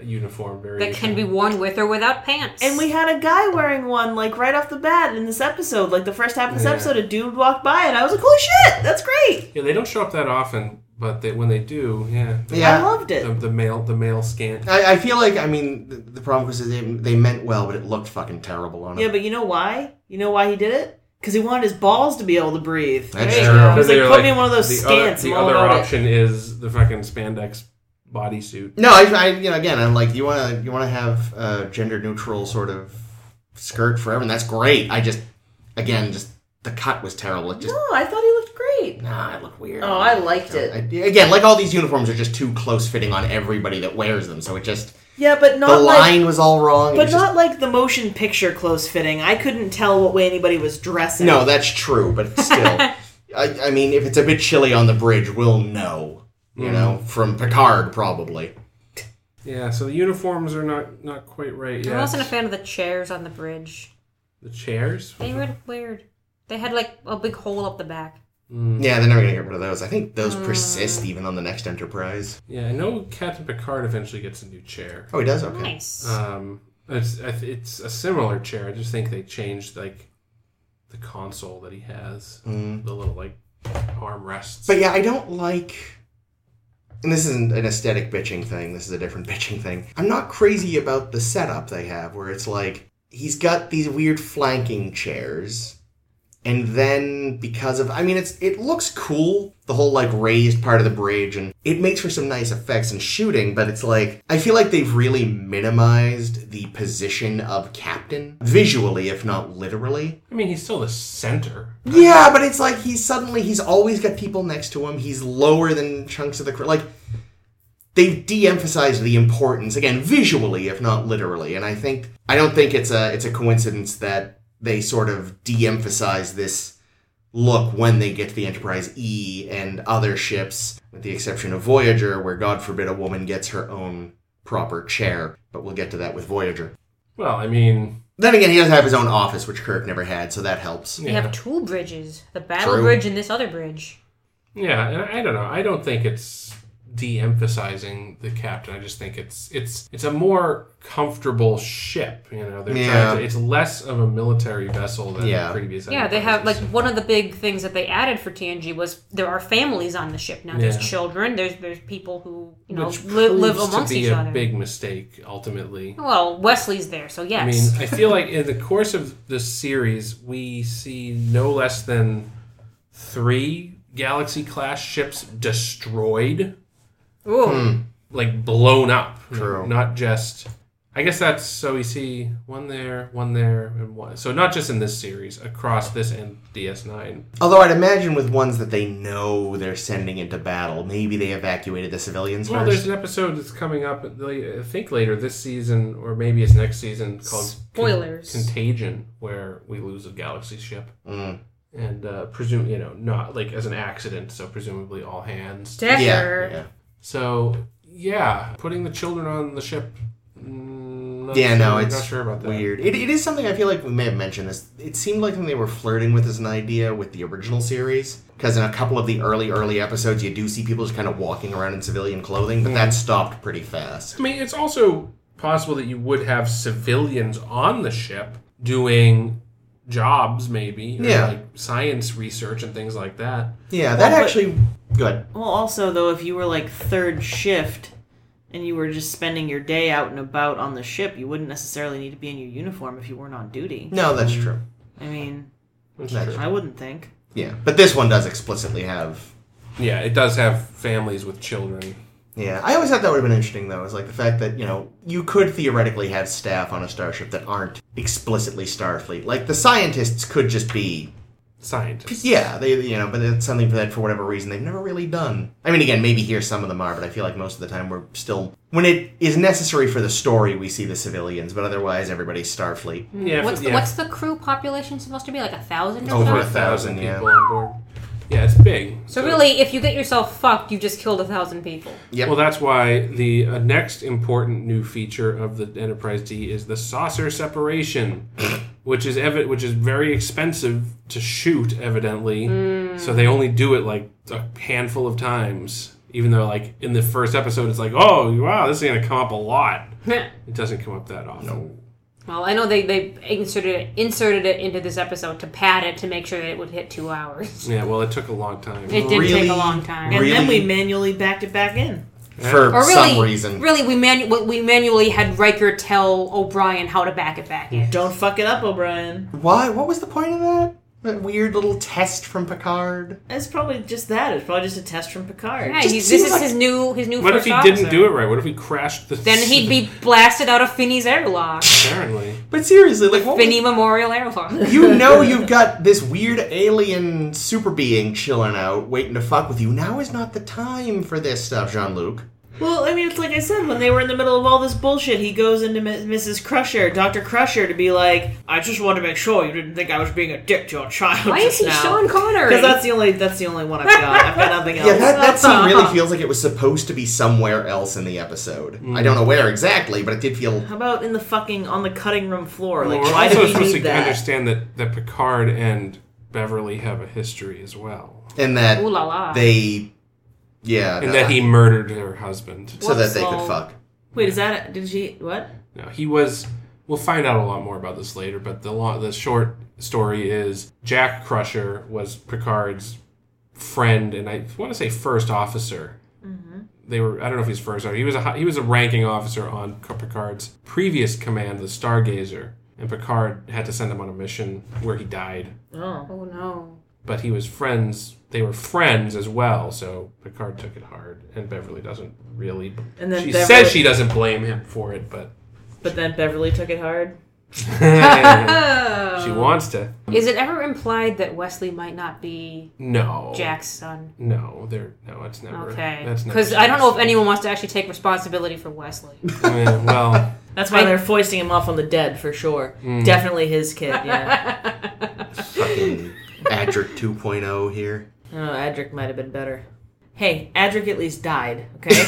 uniform variation.
that can be worn with or without pants.
And we had a guy wearing one, like, right off the bat in this episode. Like, the first half of this
Yeah.
episode, a dude walked by, and I was like, holy shit, that's great!
Yeah, they don't show up that often, but they, when they do, yeah, the,
Yeah.
I loved
the,
it.
the male the male scant.
I, I feel like I mean the, the problem was that they, they meant well, but it looked fucking terrible on
Yeah,
him.
but you know why? You know why he did it? Because he wanted his balls to be able to breathe.
That's
There you
true.
go.
I was
They're
like, put me in one of those
the
scants.
Other, the
I'm all
other
about it.
option is the fucking spandex bodysuit.
No, I, I you know again I'm like you want to you want to have a gender neutral sort of skirt for everyone. That's great. I just again just the cut was terrible. It just
No, I thought he looked great.
nah, it looked weird.
Oh, I liked
I,
it.
again, like all these uniforms are just too close fitting on everybody that wears them, so it just
Yeah, but
the
not like,
line was all wrong. It
but
was just-
not like the motion picture close fitting. I couldn't tell what way anybody was dressing.
no, that's true, but still, I, I mean, if it's a bit chilly on the bridge, we'll know. You know, from Picard probably.
Yeah, so the uniforms are not not quite right.
I
Yeah,
wasn't a fan of the chairs on the bridge.
the chairs.
They were weird. They had like a big hole up the back.
Yeah, they're never gonna get rid of those. I think those persist even on the next Enterprise.
Yeah, I know Captain Picard eventually gets a new chair.
Oh, he does. Okay.
Nice.
Um, it's I th- it's a similar chair. I just think they changed like the console that he has, the little like armrests.
Mm. But yeah, I don't like. And this isn't an aesthetic bitching thing. This is a different bitching thing. I'm not crazy about the setup they have, where it's like he's got these weird flanking chairs, and then because of, I mean, it's it looks cool. The whole like raised part of the bridge, and it makes for some nice effects and shooting. But it's like I feel like they've really minimized the position of captain visually, if not literally.
I mean, he's still the center.
Yeah, but it's like he's suddenly he's always got people next to him. He's lower than chunks of the crew. Like they've de-emphasized the importance again visually, if not literally. And I think I don't think it's a it's a coincidence that they sort of de-emphasize this look when they get to the Enterprise E and other ships, with the exception of Voyager, where God forbid a woman gets her own proper chair. But we'll get to that with Voyager.
Well, I mean,
Then again, he does have his own office, which Kirk never had, so that helps.
You
yeah.
have two bridges: the battle
True.
bridge and this other bridge.
Yeah, and I don't know. I don't think it's de-emphasizing the captain. I just think it's it's it's a more comfortable ship. You know, they're
Yeah.
trying to, it's less of a military vessel than
Yeah.
the previous.
Yeah, they have like
enterprises.
one of the big things that they added for TNG was there are families on the ship now. There's
Yeah.
children. There's there's people who you know
Which
li- live
proves
amongst
to be
each
a
other.
big mistake ultimately.
Well, Wesley's there, so
I
yes.
mean, I feel like in the course of this series, we see no less than three Galaxy class ships destroyed,
Ooh,
hmm. like blown up.
True.
Not just. I guess that's so we see one there, one there, and one. So not just in this series, across this and DS9.
Although I'd imagine with ones that they know they're sending into battle, maybe they evacuated the civilians
Well, there's
first.
an episode that's coming up, I think later this season, or maybe it's next season, called Con-
Spoilers.
Contagion, where we lose a Galaxy ship.
Mm.
and uh, presume you know not like as an accident so presumably all hands
Yeah,
Decker.
yeah,
so yeah putting the children on the ship mm, not
yeah.
sure-
No, it's
not sure about that
weird. It, it is something I feel like we may have mentioned this. It seemed like something they were flirting with as an idea with the original series, because in a couple of the early early episodes, you do see people just kind of walking around in civilian clothing, but that
Hmm.
stopped pretty fast.
i mean it's also possible that you would have civilians on the ship doing jobs maybe or,
Yeah.
like science research and things like that
Yeah, that
Well, but-
actually good.
Well, also though, if you were like third shift and you were just spending your day out and about on the ship, you wouldn't necessarily need to be in your uniform if you weren't on duty.
No, that's true.
I mean,
That's
That's
true.
I wouldn't think.
Yeah, but this one does explicitly have
yeah it does have families with children
Yeah, I always thought that would have been interesting, though, is like the fact that, you know, you could theoretically have staff on a starship that aren't explicitly Starfleet. Like, the scientists could just be,
scientists
yeah, they, you know, but it's something that, for whatever reason, they've never really done. I mean, again, maybe here some of them are, but I feel like most of the time we're still, when it is necessary for the story, we see the civilians, but otherwise everybody's Starfleet.
yeah
What's the,
yeah.
what's the crew population supposed to be? Like a thousand or
Over
so?
a thousand. yeah.
people on board yeah it's big
So really, if you get yourself fucked, you just killed a thousand people.
Yep.
Well, that's why the uh, next important new feature of the Enterprise D is the saucer separation, which is evi- which is very expensive
Mm.
to shoot, evidently. So they only do it like a handful of times Even though, like in the first episode, it's like, oh wow, this is gonna come up a lot.
Heh.
It doesn't come up that often.
No.
well, I know they, they inserted it, inserted it into this episode to pad it to make sure that it would hit two hours.
Yeah, well, it took a long time.
It did
Really?
take a long time.
And then
Really?
we manually backed it back in.
Yeah.
for
or really,
some reason.
really, we manu- we manually had Riker tell O'Brien how to back it back in.
Don't fuck it up, O'Brien.
Why? What was the point of that? That weird little test from Picard.
It's probably just that. It's probably just a test from Picard.
Yeah,
Just
he- this
seems
is
like-
his new his new.
What if
first
he
officer.
didn't do it right? What if he crashed the?
Then he'd be blasted out of Finney's airlock,
apparently.
But seriously, like what
Finney Memorial Airlock.
was- you know, you've got this weird alien super being chilling out, waiting to fuck with you. Now is not the time for this stuff, Jean Luc.
Well, I mean, it's like I said, when they were in the middle of all this bullshit, he goes into M- Mrs. Crusher, Dr. Crusher, to be like, I just want to make sure you didn't think I was being a dick to your child.
Why is he Sean Connery?
Because that's the only that's the only one I've got. I've got nothing else.
Yeah, that, that scene really feels like it was supposed to be somewhere else in the episode.
Mm.
I don't know where exactly, but it did feel.
How about in the fucking on the cutting room floor? Like,
Well, we're
why
also
did he
supposed
need
to
that?
understand that, that Picard and Beverly have a history as well,
And that
Ooh la la.
they, yeah,
and that he murdered her husband.
so that they
What's
could
all-
fuck.
Wait, is that did she what?
No, he was. We'll find out a lot more about this later, but the long, the short story is Jack Crusher was Picard's friend, and I want to say first officer.
Mm-hmm.
They were. I don't know if he's first or he was a hi- he was a ranking officer on C- Picard's previous command, the Stargazer, and Picard had to send him on a mission where he died.
Oh,
oh no.
But he was friends. They were friends as well, so Picard took it hard, and Beverly doesn't really.
and then
she
Beverly,
says she doesn't blame him for it, but
but then Beverly took it hard.
Oh. Um,
She wants to.
Is it ever implied that Wesley might not be
No.
Jack's son?
No, there. No, it's never.
Okay.
That's never
Because I don't know if
Jack's
anyone wants to actually take responsibility for Wesley.
son. Yeah, well,
That's why
I-
they're foisting him off on the dead for sure.
Mm.
Definitely his kid. Yeah.
Fucking Adric 2.0 here.
oh, Adric might have been better. Hey, Adric at least died. Okay.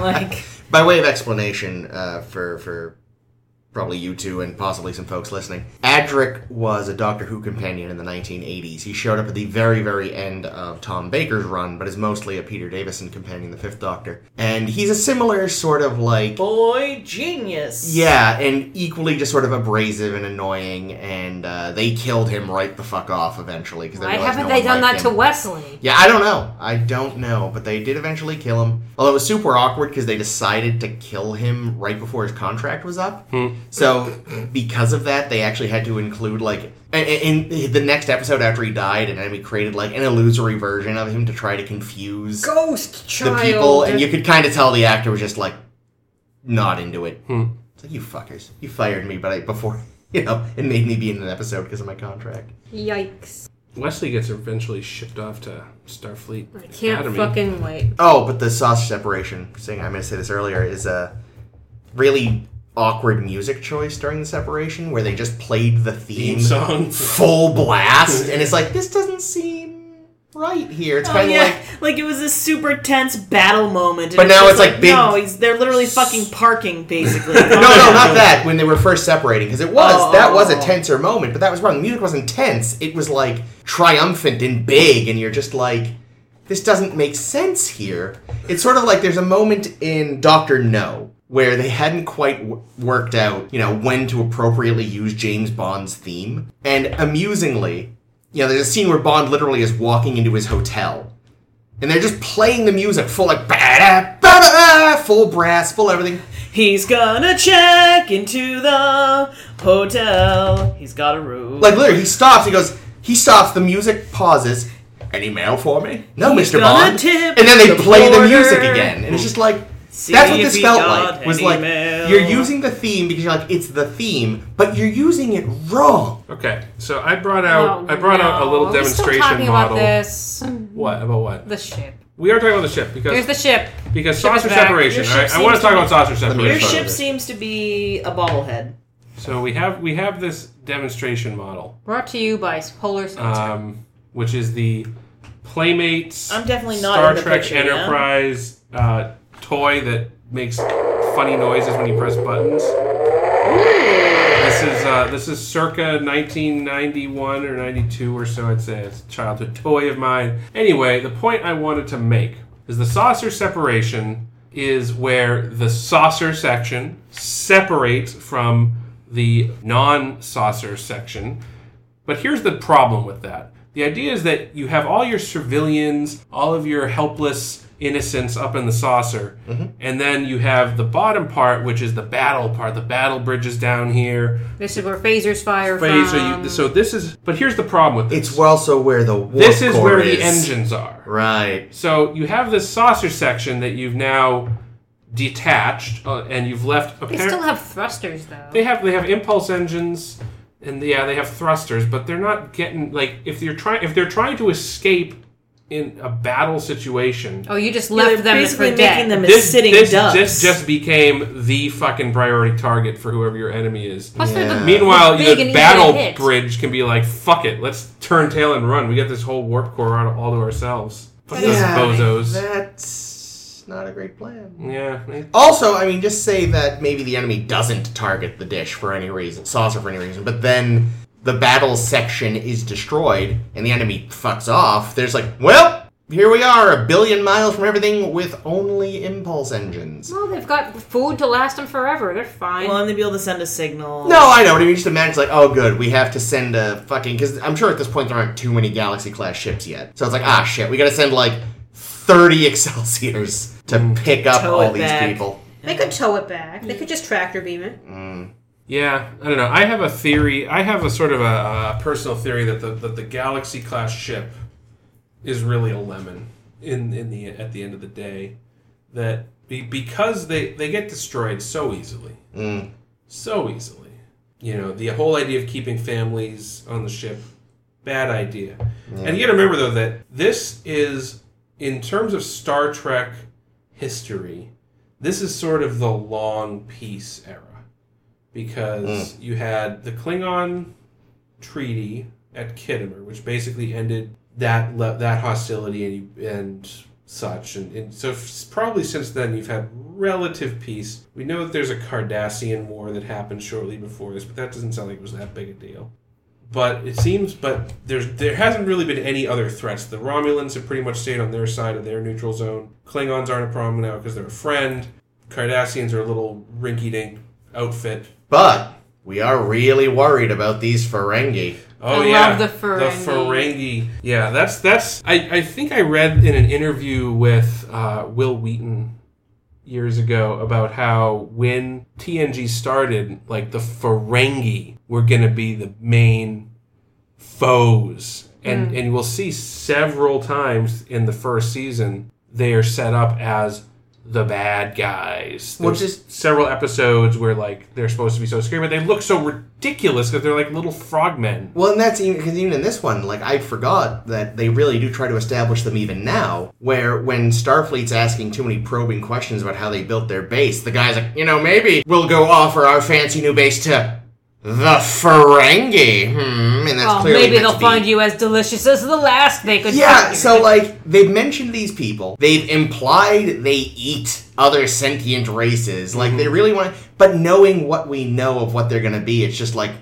like
By way of explanation uh, for for probably you two and possibly some folks listening, Adric was a Doctor Who companion in the 1980s. He showed up at the very very end of Tom Baker's run, but is mostly a Peter Davison companion, the Fifth Doctor, and he's a similar sort of like.
boy genius.
Yeah, and equally just sort of abrasive and annoying, and uh, they killed him right the fuck off eventually. 'cause they
Why
realized
haven't
no
they
one
done that
liked
to
him.
Wesley?
Yeah, I don't know. I don't know, but they did eventually kill him. Although it was super awkward because they decided to kill him right before his contract was up. So because of that, they actually had to include like in, in the next episode after he died, and then we created like an illusory version of him to try to confuse
Ghost
the people, and you could kind of tell the actor was just like not into it. It's like you fuckers, you fired me, but I before you know it made me be in an episode because of my contract.
Yikes.
Wesley gets eventually shipped off to Starfleet
I can't
Academy.
fucking wait.
Oh, but the sausage separation thing, I meant to say this earlier, is a really awkward music choice during the separation where they just played the theme,
theme song.
full blast, and it's like, this doesn't seem right here. It's
Oh,
kind of
yeah.
like.
like, it was this super tense battle moment. and
But now
just
it's, like, big-
no, he's, they're literally fucking parking basically.
No, no, not that. When they were first separating, because it was
Oh,
that
oh,
was a
oh.
tenser moment, but that was wrong. The music wasn't tense; it was like triumphant and big, and you're just like, this doesn't make sense here. It's sort of like there's a moment in Doctor No where they hadn't quite w- worked out, you know, when to appropriately use James Bond's theme, and amusingly, you know, there's a scene where Bond literally is walking into his hotel and they're just playing the music full like ba-da, ba-da, full brass, full everything.
He's gonna check into the hotel. He's got a room.
Like literally, he stops. He goes. He stops. The music pauses. Any mail for me? No, Mister
gonna
Bond.
tip
and then they
the
play the music
porter.
again, and it's just like
See
that's what
if
this
he
felt
got
like. Was
any
like
mail.
you're using the theme because you're like it's the theme, but you're using it wrong.
Okay, so I brought out I brought out a
Oh, no.
little
Are we
demonstration
still talking
model.
about this.
What about what?
The ship.
We are talking about the ship because
Here's the ship.
because
ship is
saucer
back.
separation.
Your
All
ship
right, I want to
seems
talk
to-
about saucer
Your
separation.
Sorry.
ship seems to be a bobblehead.
So we have we have this demonstration model,
Brought to you by Polar Sunset.
um, which is the Playmates.
I'm definitely not
Star
in the
Trek
picture, yeah?
Enterprise uh, toy that makes funny noises when you press buttons. This is uh, this is circa 1991 or 92 or so. I'd say it's a childhood toy of mine. Anyway, the point I wanted to make is the saucer separation is where the saucer section separates from the non-saucer section. But here's the problem with that. The idea is that you have all your civilians, all of your helpless innocents up in the saucer,
Mm-hmm.
and then you have the bottom part, which is the battle part. The battle bridge is down here.
This is where phasers fire
Phase- so,
from.
you, so this is. But here's the problem with this.
It's also where the warp
this is
core
where
is.
the engines are.
Right.
So you have this saucer section that you've now detached, uh, and you've left.
they
Apparently,
still have thrusters though.
they have they have impulse engines, and yeah, they have thrusters, but they're not getting like if you're trying if they're trying to escape in a battle situation.
oh, you just
They're
left them
basically
for
making
dead.
them as
This,
sitting
this,
ducks.
this just became the fucking priority target for whoever your enemy is.
Plus, they're
Yeah.
the
Meanwhile,
big and easy
the
to
battle
hit.
bridge can be like, fuck it, let's turn tail and run. We got this whole warp core all, all to ourselves. Fuck those
Yeah,
bozos.
That's not a great plan.
yeah. they-
Also, I mean, just say that maybe the enemy doesn't target the dish for any reason, saucer for any reason, but then the battle section is destroyed and the enemy fucks off. There's like, well, here we are, a billion miles from everything with only impulse engines.
Well, they've got food to last them forever. They're fine.
Well, and they'd be able to send a signal.
No, I know. But I mean, just imagine, like, oh, good, we have to send a fucking. Because I'm sure at this point there aren't too many Galaxy class ships yet. So it's like, ah, shit, we gotta send like 30 Excelsiors to pick up
Mm. Tow
all
it
these
back.
people.
they could tow it back. They could just tractor beam it.
Yeah, I don't know. I have a theory. I have a sort of a, uh personal theory that the that the Galaxy class ship is really a lemon in in the at the end of the day. That be, because they they get destroyed so easily,
Mm.
so easily. You know, the whole idea of keeping families on the ship, bad idea. And you got to remember though that this is in terms of Star Trek history, this is sort of the long peace era because you had the Klingon treaty at Kittimer, which basically ended that le- that hostility and and such, and, and so f- probably since then you've had relative peace. We know that there's a Cardassian war that happened shortly before this, but that doesn't sound like it was that big a deal. But it seems, but there's there hasn't really been any other threats. The Romulans have pretty much stayed on their side of their neutral zone. Klingons aren't a problem now because they're a friend. Cardassians are a little rinky-dink outfit
But we are really worried about these Ferengi.
Oh
I
yeah,
love the Ferengi.
The Ferengi. Yeah, that's that's. I, I think I read in an interview with uh, Will Wheaton years ago about how when TNG started, like the Ferengi were going to be the main foes,
Hmm.
and and we'll see several times in the first season they are set up as the bad guys.
Which
There's
is-
several episodes where like they're supposed to be so scary, but they look so ridiculous because they're like little frogmen.
Well, and that's even because even in this one, like I forgot that they really do try to establish them even now. Where when Starfleet's asking too many probing questions about how they built their base, the guy's like, you know, maybe we'll go offer our fancy new base to the Ferengi. Hmm, and that's
Oh,
clearly
maybe
meant
they'll
to be-
find you as delicious as the last they could.
Yeah,
find you.
so like they've mentioned these people, they've implied they eat other sentient races. Like they really want, but knowing what we know of what they're gonna be, it's just like,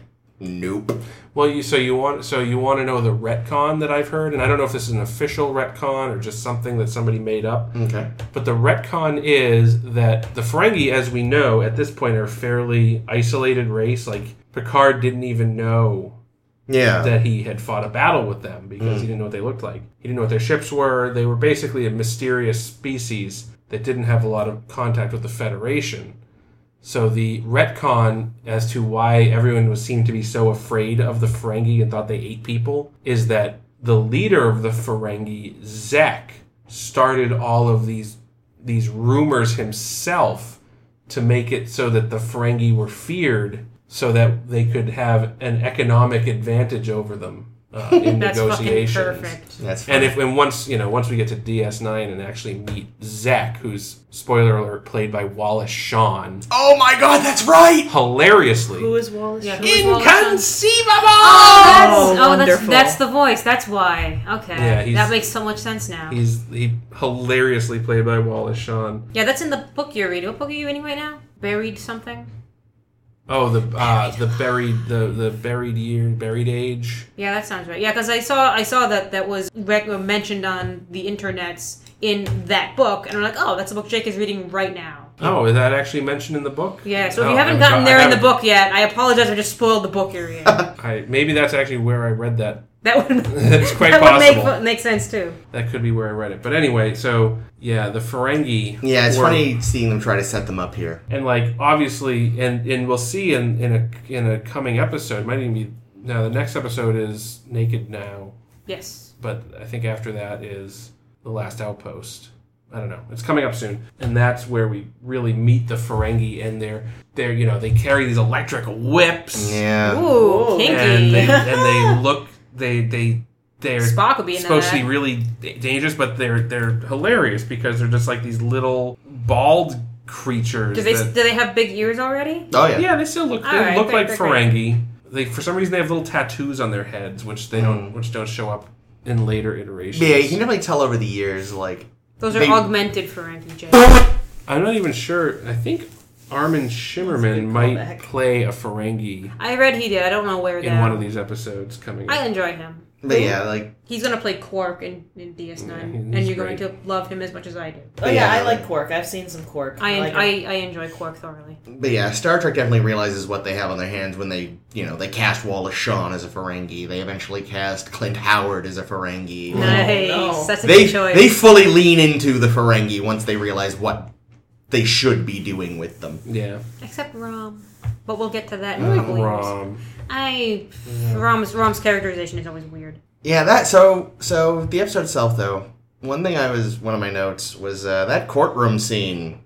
nope.
Well, you so you want so you want to know the retcon that I've heard, and I don't know if this is an official retcon or just something that somebody made up.
Okay.
But the retcon is that the Ferengi, as we know at this point, are a fairly isolated race. Like Picard didn't even know
Yeah.
that he had fought a battle with them because he didn't know what they looked like. He didn't know what their ships were. They were basically a mysterious species that didn't have a lot of contact with the Federation. So the retcon as to why everyone was seemed to be so afraid of the Ferengi and thought they ate people is that the leader of the Ferengi, Zek, started all of these these rumors himself to make it so that the Ferengi were feared, so that they could have an economic advantage over them uh, in
that's fucking
negotiations.
perfect.
That's
And if and once you know, once we get to DS9 and actually meet Zek, who's spoiler alert, played by Wallace Shawn,
Oh my god, that's right!
hilariously.
Who is Wallace?
Yeah, who
Shawn?
is Wallace Shawn?
Inconceivable!
Oh,
that's, oh that's,
wonderful.
that's the voice. That's why. Okay.
Yeah, he's-
that makes so much sense now.
He's he hilariously played by Wallace Shawn.
Yeah, that's in the book you're reading. What book are you reading right now? Buried something?
Oh, the uh, the buried the the buried year, buried age.
Yeah, that sounds right. Yeah, because I saw I saw that that was rec- mentioned on the internets in that book, and I'm like, oh, that's a book Jake is reading right now.
Oh, is that actually mentioned in the book?
Yeah, so if
Oh,
you haven't
I'm
gotten
so-
there
I
in the
haven't-
book yet, I apologize. I just spoiled the book you're reading.
I, maybe that's actually where I read that.
That would
It's quite
that
possible.
would make make sense too.
That could be where I read it. But anyway, so yeah, the Ferengi.
Yeah, it's
were-
funny seeing them try to set them up here.
And like obviously, and and we'll see in in a in a coming episode. Might even be now. The next episode is Naked Now,
Yes.
but I think after that is the Last Outpost. I don't know. It's coming up soon, and that's where we really meet the Ferengi. And they're they're you know they carry these electric whips.
Ooh,
Yeah.
Whoa.
kinky.
and they, and they look they they they're
Spock will be in
supposed to
that.
be really da- dangerous, but they're they're hilarious because they're just like these little bald creatures.
do they
that-
do they have big ears already?
Oh yeah.
yeah, they still look they
All right,
look
great, great,
like
great.
Ferengi. They for some reason they have little tattoos on their heads, which they don't which don't show up in later iterations.
Mm. Yeah, you can definitely tell over the years, like
Those are
Big-
augmented Ferengi Jake.
I'm not even sure. I think Armin Shimmerman
callback.
might play a Ferengi
I read he did. I don't know where
in one
that.
of these episodes coming.
I
up.
enjoy him.
but yeah, like
He's gonna play Quark in, in DS9,
Yeah, he's
and you're going
great.
to love him as much as I do.
Oh yeah,
Yeah.
I like Quark. I've seen some Quark.
I, en-
like
I,
it.
I enjoy Quark thoroughly.
but yeah, Star Trek definitely realizes what they have on their hands when they you know, they cast Wallace Shawn as a Ferengi, they eventually cast Clint Howard as a Ferengi.
nice.
no.
That's a
Oh, They
good choice.
they fully lean into the Ferengi once they realize what they should be doing with them.
yeah,
Except Rom. But we'll get to that in a couple years.
Uh, Rom.
I Rom's Rom's characterization is always weird.
Yeah, that so so the episode itself though. One thing I was one of my notes was uh, that courtroom scene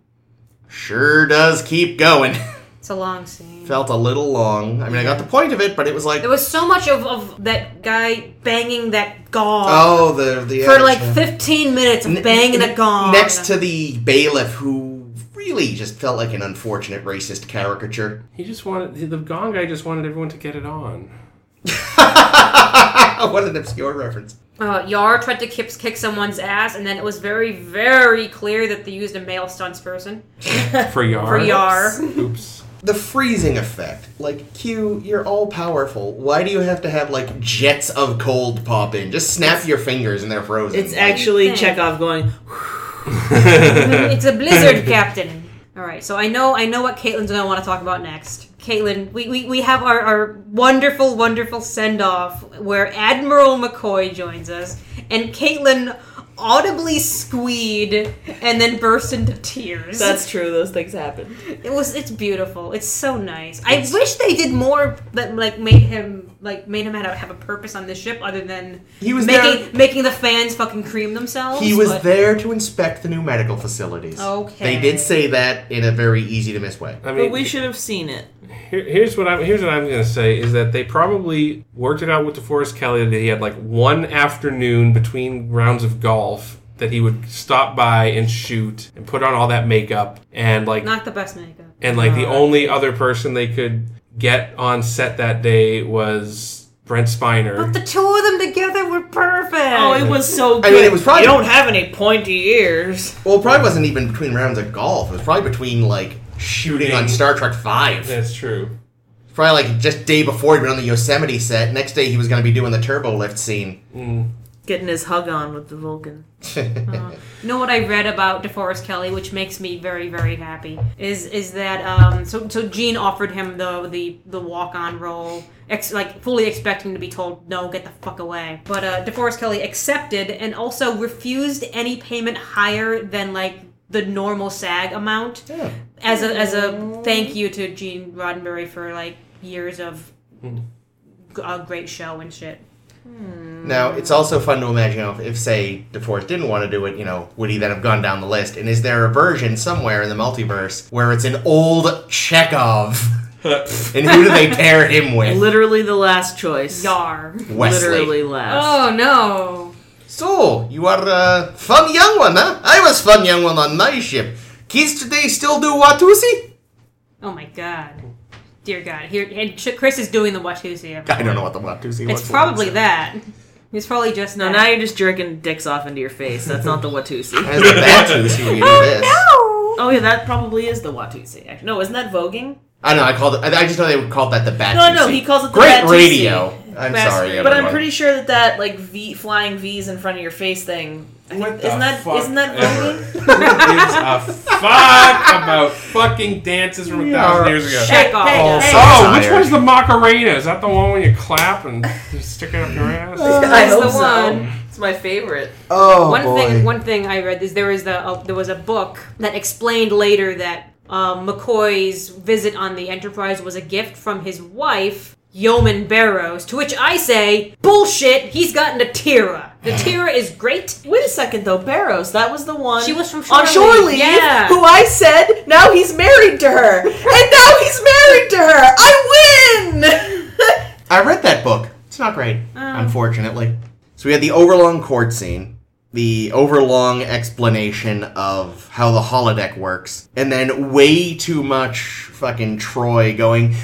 sure does keep going.
It's a long scene.
Felt a little long. I mean, I got the point of it, but it was like
There was so much of, of that guy banging that gong
oh the the
for like 15 minutes of banging a gong.
next to the bailiff who really just felt like an unfortunate racist caricature.
He just wanted the Gong guy just wanted everyone to get it on.
what an obscure reference.
uh, Yar tried to kick, kick someone's ass, and then it was very, very clear that they used a male stunts person
For Yar.
for Yar.
Oops.
The freezing effect. Like, Q, you're all powerful. Why do you have to have, like, jets of cold pop in? Just snap your fingers and they're frozen.
It's actually
Thing.
Chekhov going.
it's a blizzard, Captain. All right, so I know I know what Caitlin's going to want to talk about next. Caitlin, we, we, we have our, our wonderful, wonderful send off where Admiral McCoy joins us, and Caitlin audibly squeed and then burst into tears.
That's true. Those things happen.
it was it's beautiful. It's so nice. I wish they did more that like made him like made him have a, have a purpose on this ship other than
He was
making making the fans fucking cream themselves.
He was
but-
there to inspect the new medical facilities.
Okay.
They did say that in a very easy to miss way.
I mean,
But we should have seen it.
here, here's what I'm here's what I'm gonna say is that they probably worked it out with DeForest Kelly that he had like one afternoon between rounds of golf that he would stop by and shoot and put on all that makeup and like
not the best makeup.
and like the only other person they could get on set that day was Brent Spiner.
But the two of them together were perfect.
Oh, it was so
I
good.
mean, it was probably-
You don't have any pointy ears.
Well, it probably wasn't even between rounds of golf. It was probably between, like, shooting on Star Trek Five.
That's true.
Probably, like, just day before he went on the Yosemite set. Next day he was going to be doing the turbo lift scene.
Getting his hug on with the Vulcan.
You know what I read about DeForest Kelly, which makes me very, very happy, is is that um, so so Gene offered him the the the walk on role, ex- like fully expecting to be told no, get the fuck away. But uh, DeForest Kelly accepted and also refused any payment higher than like the normal SAG amount
Yeah.
as a as a thank you to Gene Roddenberry for like years of g- a great show and shit.
Now, it's also fun to imagine you know, if, say, DeForest didn't want to do it, you know, would he then have gone down the list? And is there a version somewhere in the multiverse where it's an old Chekhov? and who do they pair him with?
Literally the last choice.
Yar.
Wesley.
Literally last.
Oh no.
So, you are a fun young one, huh? I was fun young one on my ship. Kids today still do Watusi?
Oh my god. Dear God. Here and Ch- Chris is doing the Watusi. episode.
I don't know what the Watusi was.
It's probably that. It's probably just
No,
that.
now you're just jerking dicks off into your face. That's not the Watusi.
As the Watusi when you do this.
Oh yeah, that probably is the Watusi. Actually, no, isn't that voguing?
I know, I called it, I I just know they called that the Batusi.
No, no, he calls it the
Great
Batusi.
radio. I'm
Bas-
sorry,
but I'm
everyone.
pretty sure that that like V flying V's in front of your face thing
What
Isn't that- isn't that
ever? Who gives a fuck about fucking dances from a thousand years ago?
Shake off.
Oh,
Hey,
sorry.
Oh, which
Tired.
one's the Macarena? Is that the one where you clap and you stick it up your ass?
That's the
hope so.
one.
It's my favorite.
Oh
One
boy.
thing, one thing I read is there was the uh, there was a book that explained later that um, McCoy's visit on the Enterprise was a gift from his wife Yeoman Barrows. To which I say, bullshit. He's gotten a Tira. The Tira is great.
Wait a second though, Barrows. That was the one.
She was from Shore
on shore
Leave,
leave.
yeah.
Who I said now he's married to her, and now he's married to her. I win.
I read that book. It's not great,
Oh.
unfortunately. So we had the overlong court scene, the overlong explanation of how the holodeck works, and then way too much fucking Troy going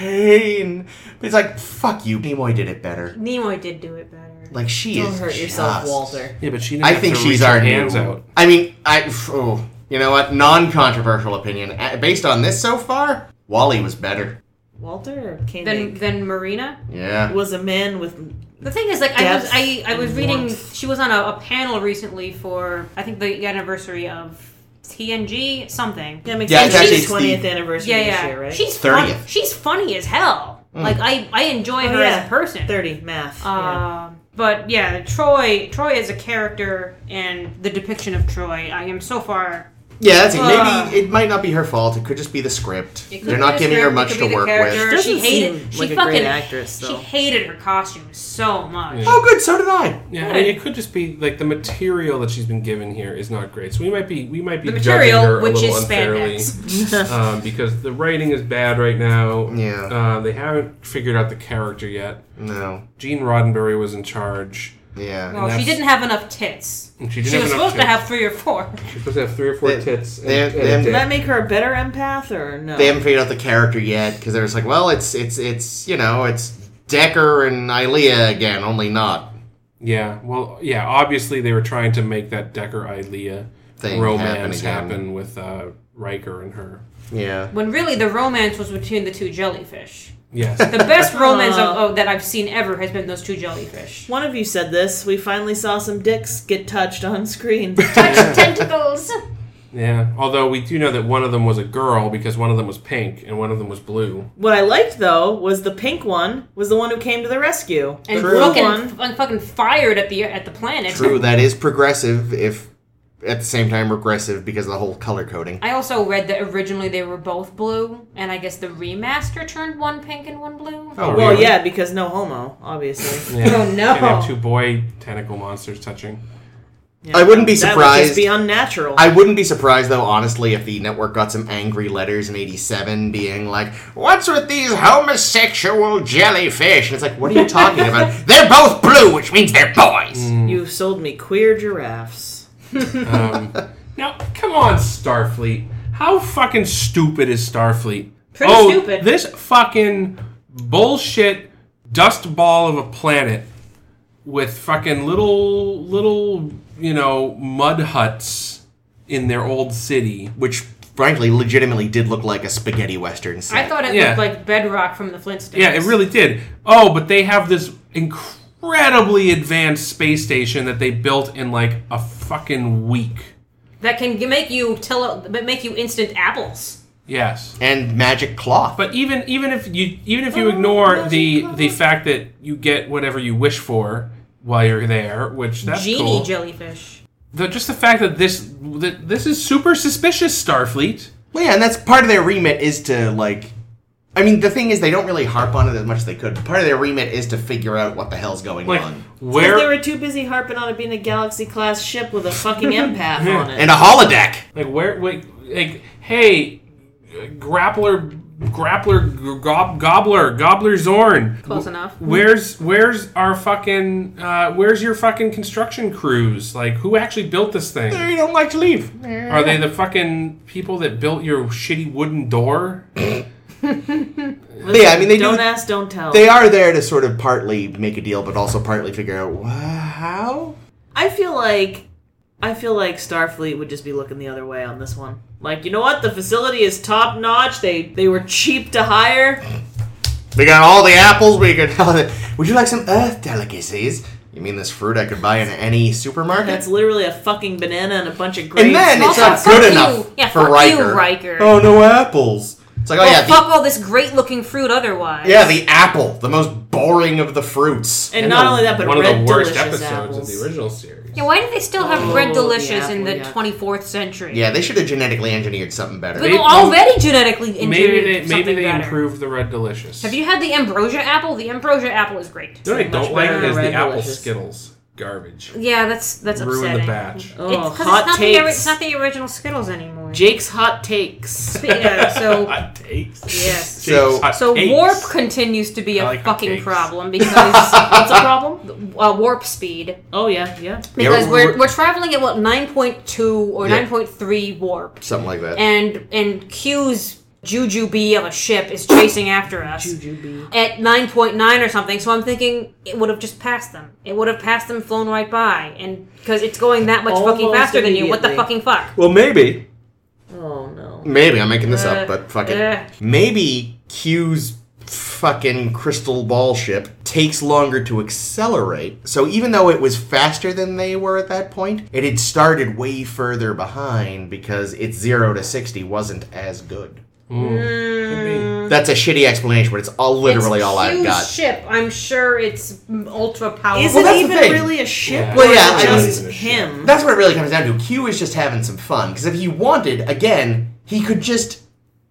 pain. It's like fuck you. Nimoy did it better.
Nimoy did do it better.
Like she
Don't
is
hurt yourself,
just-
Walter.
Yeah, but she. Didn't
I
have
think
to
she's
reach her
our
hands
new-
out.
I mean, I. oh, you know what? Non-controversial opinion. Uh, Based on this so far, Wally was better.
Walter or
Then,
Koenig
then Marina.
Yeah.
was a man with
The thing is, like, I was,
Depth
I, I was
and
reading.
warmth.
She was on a, a panel recently for I think the anniversary of TNG something.
yeah, makes
Yeah,
sense.
it's actually-
She's
it's the-
twentieth anniversary
Yeah,
this
yeah.
year, right?
She's
30th.
Fun, she's funny as hell. Like I, I enjoy
Oh,
her
yeah.
as a person.
thirty math. yeah.
Um, but yeah, Troy, Troy as a character and the depiction of Troy. I am so far.
Yeah, that's it.
Ugh.
Maybe it might not be her fault. It could just be the script.
Uh. It could
They're
be
not
the
giving
script,
her
it
much
could
to
be the
work
character.
with.
Doesn't
She hated.
seem
she
like a
fucking.
great actress,
She
though.
hated her costume so much.
Yeah.
Oh, good. So did I.
Yeah, I mean, it could just be like the material that she's been given here is not great. So we might be we might be
The
judging
material,
her a
which
little
is
unfairly um, because the writing is bad right now.
Yeah.
uh, they haven't figured out the character yet.
No.
Gene Roddenberry was in charge.
Yeah.
Well, she
that's-
didn't have enough tits.
And she
She,
didn't have
was
enough
supposed to
tits.
have three or four.
She's supposed to have three or four
They-
tits. And,
they-
and a
they-
dick.
Did that make her a better empath or no?
They haven't figured out the character yet because they're just like, well, it's it's it's you know it's Decker and Ilea again, only not
yeah, well, yeah. Obviously, they were trying to make that Decker Ilea
thing
romance
happen. again.
happen with uh, Riker and her.
Yeah.
When really the romance was between the two jellyfish.
Yes,
The best romance of,
Aw.
of, that I've seen ever has been those two jellyfish.
One of you said this. We finally saw some dicks get touched on screen.
Tentacles.
Yeah, although we do know that one of them was a girl because one of them was pink and one of them was blue.
what I liked though was the pink one was the one who came to the rescue.
and
True.
fucking
One.
and fucking fired at the at the planet.
True. That is progressive. If at the same time regressive because of the whole color coding.
I also read that originally they were both blue, and I guess the remaster turned one pink and one blue.
Oh,
Well,
really?
yeah, because no homo, obviously.
Yeah.
Oh, no.
And have two boy tentacle monsters touching.
Yeah.
I wouldn't be
That would just
surprised.
be unnatural.
I wouldn't be surprised though, honestly, if the network got some angry letters in '87 being like, "What's with these homosexual jellyfish?" And it's like, "What are you talking about? They're both blue, which means they're boys."
You've sold me queer giraffes.
Um, now, come on, Starfleet. How fucking stupid is Starfleet?
Pretty
oh,
stupid.
This fucking bullshit dust ball of a planet with fucking little, little, you know, mud huts in their old city.
Which, frankly, legitimately did look like a spaghetti western set.
I thought it
Yeah.
looked like bedrock from the Flintstones.
Yeah, it really did. Oh, but they have this incredibly advanced space station that they built in like a fucking week.
that can g- make you tell but make you instant apples.
Yes.
and magic cloth.
But even even if you even if you ignore the the fact that you get whatever you wish for while you're there, which that's
Genie
cool.
jellyfish.
The- just the fact that this that this is super suspicious Starfleet.
well, yeah, and that's part of their remit is to like. I mean, the thing is, they don't really harp on it as much as they could. Part of their remit is to figure out what the hell's going
Like
on.
Because they
where
were too busy harping on it being a galaxy class ship with a fucking empath on it.
And a holodeck.
like where like, like hey grappler grappler gob, gobbler gobbler Zorn
Close enough.
Where's where's our fucking uh, where's your fucking construction crews? Like who actually built this thing?
You don't like to leave.
Are they the fucking people that built your shitty wooden door?
yeah, I mean, they
don't
do.
ask, don't tell.
They are there to sort of partly make a deal, but also partly figure out wha- how.
I feel like I feel like Starfleet would just be looking the other way on this one. Like, you know what? The facility is top notch. They they were cheap to hire.
We got all the apples we could. Would you like some Earth delicacies? You mean this fruit I could buy in any supermarket?
That's literally a fucking banana and a bunch of grapes.
and then it's
Also,
not
fuck
good
you.
enough
Yeah,
for
fuck
Riker.
you, Riker.
Oh no, apples! It's like oh
Well,
yeah, the,
fuck all this great looking fruit otherwise.
yeah, the apple, the most boring of the fruits.
And not
the-
only that, but
one
red
of the worst
delicious
episodes
apples.
of the original series.
Yeah, why do they still have
Oh,
Red Delicious
yeah,
in the
yeah.
24th century?
yeah, they should have genetically engineered something better.
They're
Maybe-
already genetically engineered
Maybe they maybe
something
they
better.
improved the red delicious.
Have you had the ambrosia apple? The ambrosia apple is great.
You know what I
Much
don't like
better than
is the
Red
apple
Delicious.
skittles garbage.
Yeah, that's that's upsetting.
Ruin the batch.
Oh,
It's because it's,
hot
not the
takes.
ori- it's not the original Skittles anymore.
Jake's hot takes.
yeah, so
Hot takes.
Yes.
So-
Hot
so
takes.
warp continues to be
I
a
like hot
fucking
takes.
problem because
What's a problem?
uh, warp speed
Oh yeah, yeah.
Yeah,
because
we're-
we're,
we're-
we're, traveling at what 9.2 or
Yeah.
9.3 warp
something like that.
and and Q's Juju B of a ship is chasing after us
Jujube.
at 9.9 or something. So I'm thinking it would have just passed them. It would have passed them, flown right by, and because it's going that much fucking
Almost
faster than you. What the
immediately.
fucking fuck?
well, maybe,
Oh no.
maybe I'm making this up,
Uh,
but fuck it.
uh.
Maybe Q's fucking crystal ball ship takes longer to accelerate. So even though it was faster than they were at that point, it had started way further behind because its zero to sixty wasn't as good.
Mm.
That's a shitty explanation, but it's all literally all I've
Q's
got.
ship. I'm sure it's ultra powerful.
Is
Well, that's
it
the
even
thing.
really a ship?
Yeah.
Well, yeah,
or
I
just
mean-
him.
That's what it really comes down to. Q is just having some fun because if he wanted, again, he could just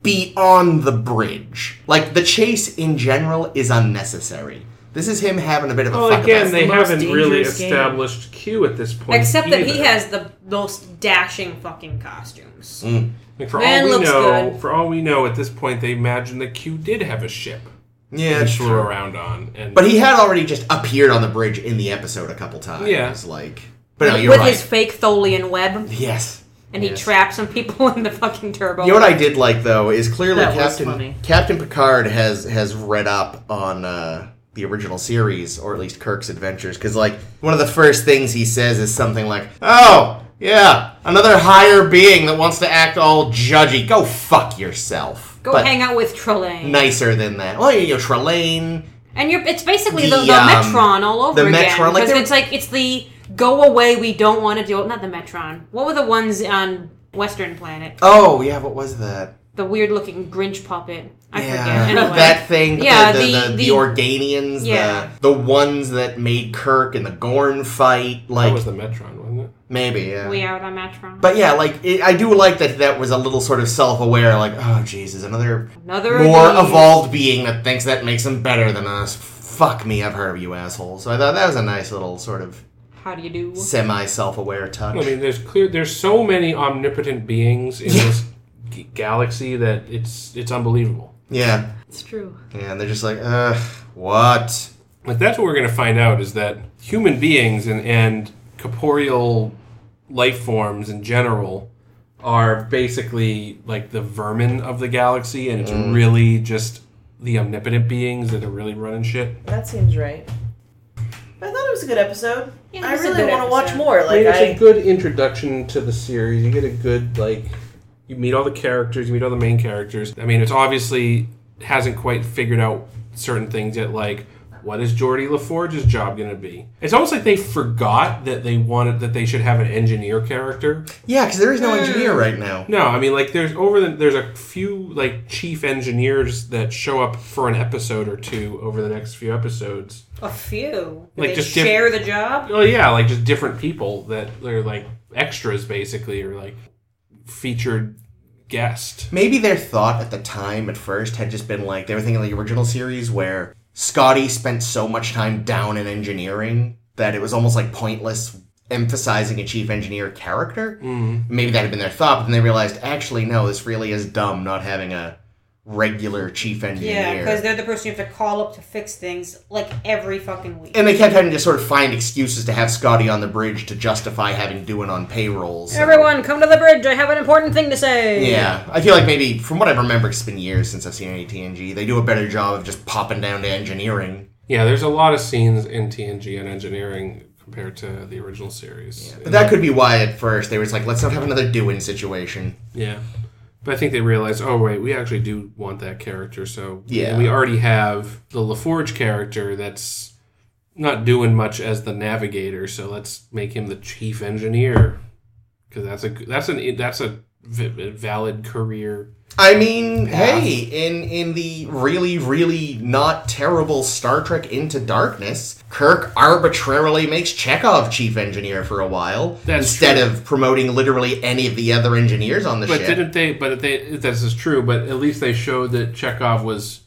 be on the bridge. Like the chase in general is unnecessary. This is him having a bit of a
Well,
fuck
again,
about.
they
the most
haven't really
dangerous game.
established Q at this point.
Except that he
either.
has the most dashing fucking costumes.
Mm.
Like, for
Man
all we
looks
know,
good.
for all we know, at this point, they imagined that Q did have a ship
yeah,
they
it's
flew
true.
around on, and
But he had already just appeared on the bridge in the episode a couple times.
Yeah.
like, but no, you're
With
right.
his fake Tholian web,
yes.
and he
Yes.
trapped some people in the fucking turbo.
You know what I did like though is clearly
That was
Captain
funny.
Captain Picard has has read up on uh, the original series or at least Kirk's adventures because like one of the first things he says is something like, "Oh yeah, another higher being that wants to act all judgy. Go fuck yourself."
Go
But
hang out with Trelane.
nicer than that. Oh, you know, Trelane.
And you're, it's basically
The,
the, the,
um,
Metron all over
the
again.
Metron, like,
because
they were-
it's like it's the go away. We don't want to deal. Not the Metron. What were the ones on Western Planet?
Oh yeah, what was that?
The weird looking Grinch puppet. I
yeah,
forget. Anyway,
that thing.
Yeah,
the, the, the,
the-
the,
the-
Organians.
Yeah.
The, the ones that made Kirk and the Gorn fight.
that
Like
was the Metron, wasn't it?
maybe. Yeah.
we out on Metron.
But yeah, like it, I do like that that was a little sort of self-aware, like oh Jesus, another
Another of
more
these.
evolved being that thinks that makes them better than us. Fuck me, I've heard of you assholes. So I thought that was a nice little sort of
How do you do?
semi self-aware touch.
I mean, there's clear. There's so many omnipotent beings in this g- galaxy that it's it's unbelievable.
yeah,
It's true.
yeah, and they're just like, ugh, what?
Like that's what we're going to find out is that human beings and, and corporeal life forms in general are basically like the vermin of the galaxy, and it's really just the omnipotent beings that are really running shit.
That seems right. I thought it was a good episode.
Yeah, it
I
was a
really
good
want to watch
episode.
more.
I mean,
Like
it's
I,
a good introduction to the series. You get a good like you meet all the characters, you meet all the main characters. I mean, it's obviously hasn't quite figured out certain things yet, like what is Geordie LaForge's job going to be? It's almost like they forgot that they wanted that they should have an engineer character.
Yeah, because there is no engineer right now.
No, I mean like there's over the, there's a few like chief engineers that show up for an episode or two over the next few episodes.
A few.
Like,
they
just diff-
share the job.
Oh yeah, like just different people that are like extras basically, or like featured guest.
Maybe their thought at the time, at first, had just been like they were thinking of the original series where Scotty spent so much time down in engineering that it was almost like pointless emphasizing a chief engineer character. Mm. Maybe that had been their thought, but then they realized actually, no, this really is dumb not having a regular chief
Yeah,
engineer.
because they're the person you have to call up to fix things like every fucking week.
and they kept having to sort of find excuses to have Scotty on the bridge to justify having Doohan on payrolls.
Everyone, come to the bridge. I have an important thing to say.
Yeah, I feel like maybe from what I remember, it's been years since I've seen any TNG. They do a better job of just popping down to engineering.
Yeah, there's a lot of scenes in TNG and engineering compared to the original series.
But that could be why at first they were just like, let's not have another doing situation.
Yeah. But I think they realized, oh wait, we actually do want that character, so
Yeah.
we already have the LaForge character that's not doing much as the navigator, so let's make him the chief engineer because that's a that's an that's a v- valid career.
I mean,
Path.
hey, in in the really really not terrible Star Trek Into Darkness, Kirk arbitrarily makes Chekhov chief engineer for a while
That's
instead of promoting literally any of the other engineers on the
But
ship.
didn't they? But they this is true. But at least they showed that Chekhov was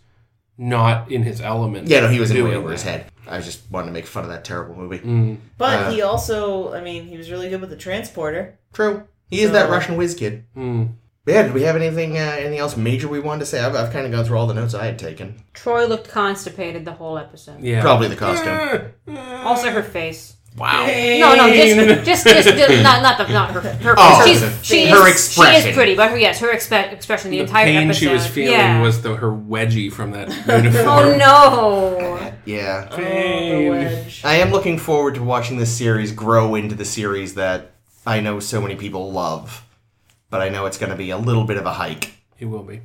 not in his element.
yeah, no, he was in way
doing
over his
that.
head. I just wanted to make fun of that terrible movie.
But
Uh,
he also, I mean, he was really good with the transporter.
True, he is that
No.
Russian whiz kid.
Mm.
But yeah, did we have anything uh, anything else major we wanted to say? I've, I've kind of gone through all the notes I had taken.
Troy looked constipated the whole episode.
Yeah,
Probably the costume.
Also her face.
Wow.
No, no, just, just, just, just not, not, the, not her. Her,
Oh,
she's,
the-
she is,
her
She
expression.
is pretty, but her, yes, her expe- expression the,
The
entire
pain
episode.
she was feeling
yeah.
was the her wedgie from that uniform.
Oh no!
Yeah.
Oh, the
Pain.
wedge.
I am looking forward to watching this series grow into the series that I know so many people love, but I know it's going to be a little bit of a hike.
It will be.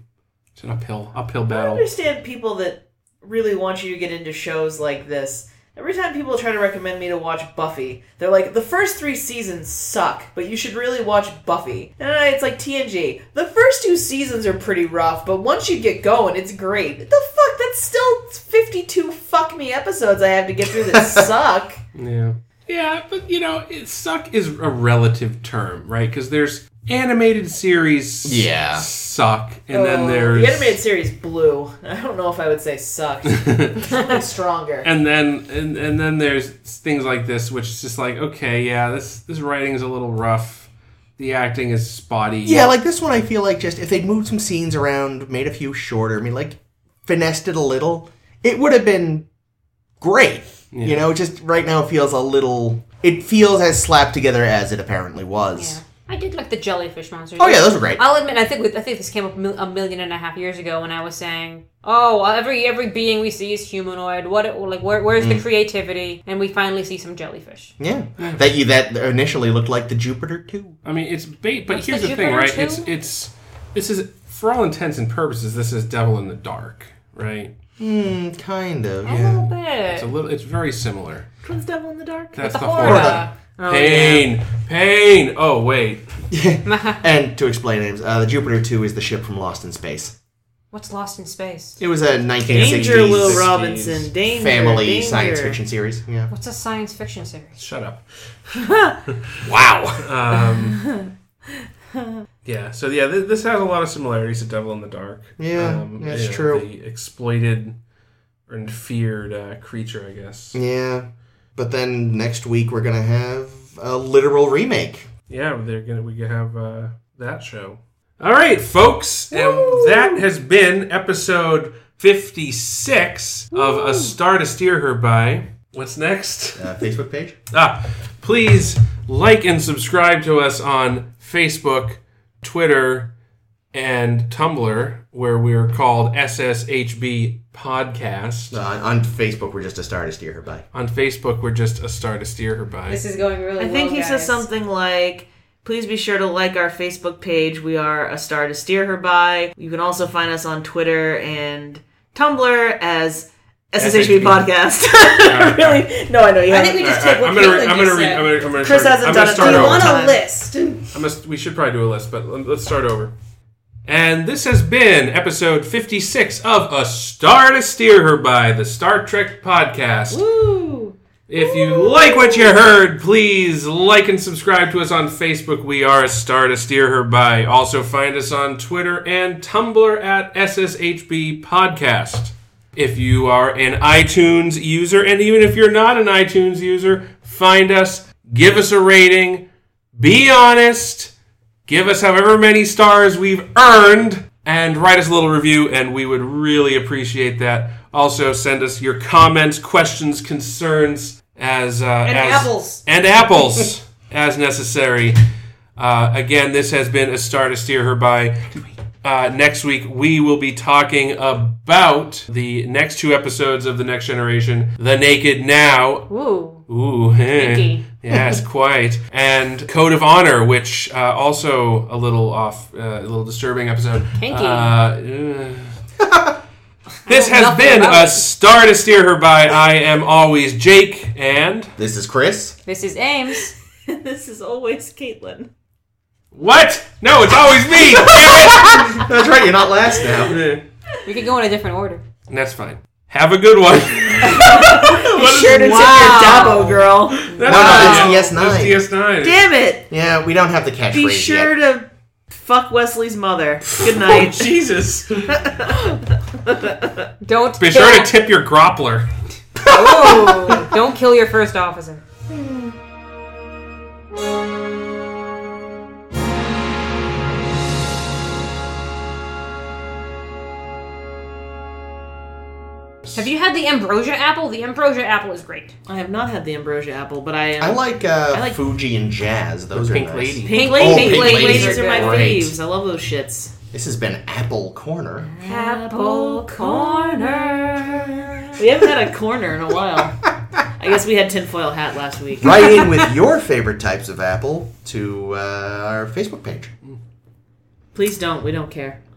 It's an uphill uphill
I don't
battle.
understand people that really want you to get into shows like this. Every time people try to recommend me to watch Buffy, they're like, the first three seasons suck, but you should really watch Buffy. And I, it's like TNG. The first two seasons are pretty rough, but once you get going, it's great. The fuck? That's still 52 fuck me episodes I have to get through that suck.
Yeah. Yeah, but you know, it, suck is a relative term, right? Because there's animated series
Yeah.
suck, and
Oh,
then there's
The animated series blew. I don't know if I would say sucked. it's stronger.
and then and, and then there's things like this, which is just like, okay, yeah, this this writing is a little rough, the acting is spotty.
Yeah, like this one, I feel like just if they'd moved some scenes around, made a few shorter, I mean, like finessed it a little, it would have been great. You know, just right now it feels a little. It feels as slapped together as it apparently was.
Yeah. I did like the jellyfish monsters.
Oh yeah, those were great.
Uh,
I'll admit, I think we- I think this came up a mil- a million and a half years ago when I was saying, "Oh, every every being we see is humanoid. What it- like where, where's the creativity?" And we finally see some jellyfish.
Yeah, that you that initially looked like the Jupiter too.
I mean, it's bait, but here's
the
the, thing,
Jupiter
right?
too?
It's it's this is for all intents and purposes, this is Devil in the Dark, right?
Hmm, kind of.
A
Oh.
little bit.
It's a little, it's very similar.
Twins Devil in the Dark?
That's
the
the
horror.
horror.
Oh,
Pain, pain. Oh wait,
And to explain names, uh, the Jupiter 2 is the ship from Lost in Space.
What's lost in space?
It was a 1960s
Danger, Will
Sixties.
Robinson. Danger.
family
danger.
science fiction series. Yeah.
What's a science fiction series?
shut up.
Wow.
Um, yeah. So yeah, th- this has a lot of similarities to Devil in the Dark. Um,
Yeah, that's true.
The exploited and feared uh, creature, I guess.
Yeah. But then next week we're going to have a literal remake.
Yeah, they're gonna we could have uh, that show. All right, folks, and that has been episode fifty-six of A Star to Steer Her By. What's next?
Uh, Facebook page?
Ah, please like and subscribe to us on Facebook, Twitter, and Tumblr, where we're called SSHB Podcast.
Uh, on Facebook, we're just a star to steer her by.
On Facebook, we're just a star to steer her by.
This is going really.
I think
well,
he says
guys.
something like, "Please be sure to like our Facebook page. We are a star to steer her by." You can also find us on Twitter and Tumblr as SSHB
SSHB.
podcast. really? No, I know you
I think
haven't.
we just take
All right,
what
I'm gonna read.
Caitlin
I'm gonna
just
read.
said.
I'm gonna, I'm gonna
Chris
start,
hasn't done
I'm gonna
it.
start
Do
You
All
over.
want
time.
a list?
I must, we should probably do a list, but let- let's start over. And this has been episode 56 of A Star to Steer Her By, the Star Trek podcast. If you like what you heard, please like and subscribe to us on Facebook. We are A Star to Steer Her By. Also, find us on Twitter and Tumblr at SSHB Podcast. If you are an iTunes user, and even if you're not an iTunes user, find us, give us a rating, be honest, give us however many stars we've earned, and write us a little review, and we would really appreciate that. Also, send us your comments, questions, concerns, as uh, and
apples.
and apples as necessary. Uh, again, this has been a star to steer her by. Uh, next week, we will be talking about the next two episodes of The Next Generation The Naked Now
Ooh.
Ooh, eh.
Sneaky.
yes, quite. And Code of Honor, which uh, also a little off, uh, a little disturbing episode.
Kinky.
Uh, eh. This
know
has
nothing
been
about
a
it.
star to steer her by. I am always Jake, and
This is Chris.
This is Ames.
this is always Caitlin.
what? No, it's always me. Damn
That's right, you're not last now.
it.
We could go in a different order.
And That's fine. Have a good one. What is-
Sure to
Wow.
tip your Dabo girl.
That's
No,
not-
no, it's DS9.
It's DS9.
Damn it!
Yeah, we don't have the catchphrase
Be sure
yet.
to fuck Wesley's mother. Good
Oh,
night.
Jesus.
Don't
Be
kill,
sure to tip your groppler.
Oh, don't kill your first officer. Have you had the ambrosia apple? The ambrosia apple is great.
I have not had the ambrosia apple, but I am.
I like, uh,
I like-
Fuji and Jazz. Those are
Pink
nice.
Lady.
Pink
Pink
ladies,
Oh, Pink
ladies,
Ladies
are,
are
my
great.
faves. I love those shits.
This has been Apple Corner.
Apple corner.
We haven't had a corner in a while. I guess we had tinfoil hat last week.
Write in with your favorite types of apple to uh, our Facebook page.
Please don't. We don't care.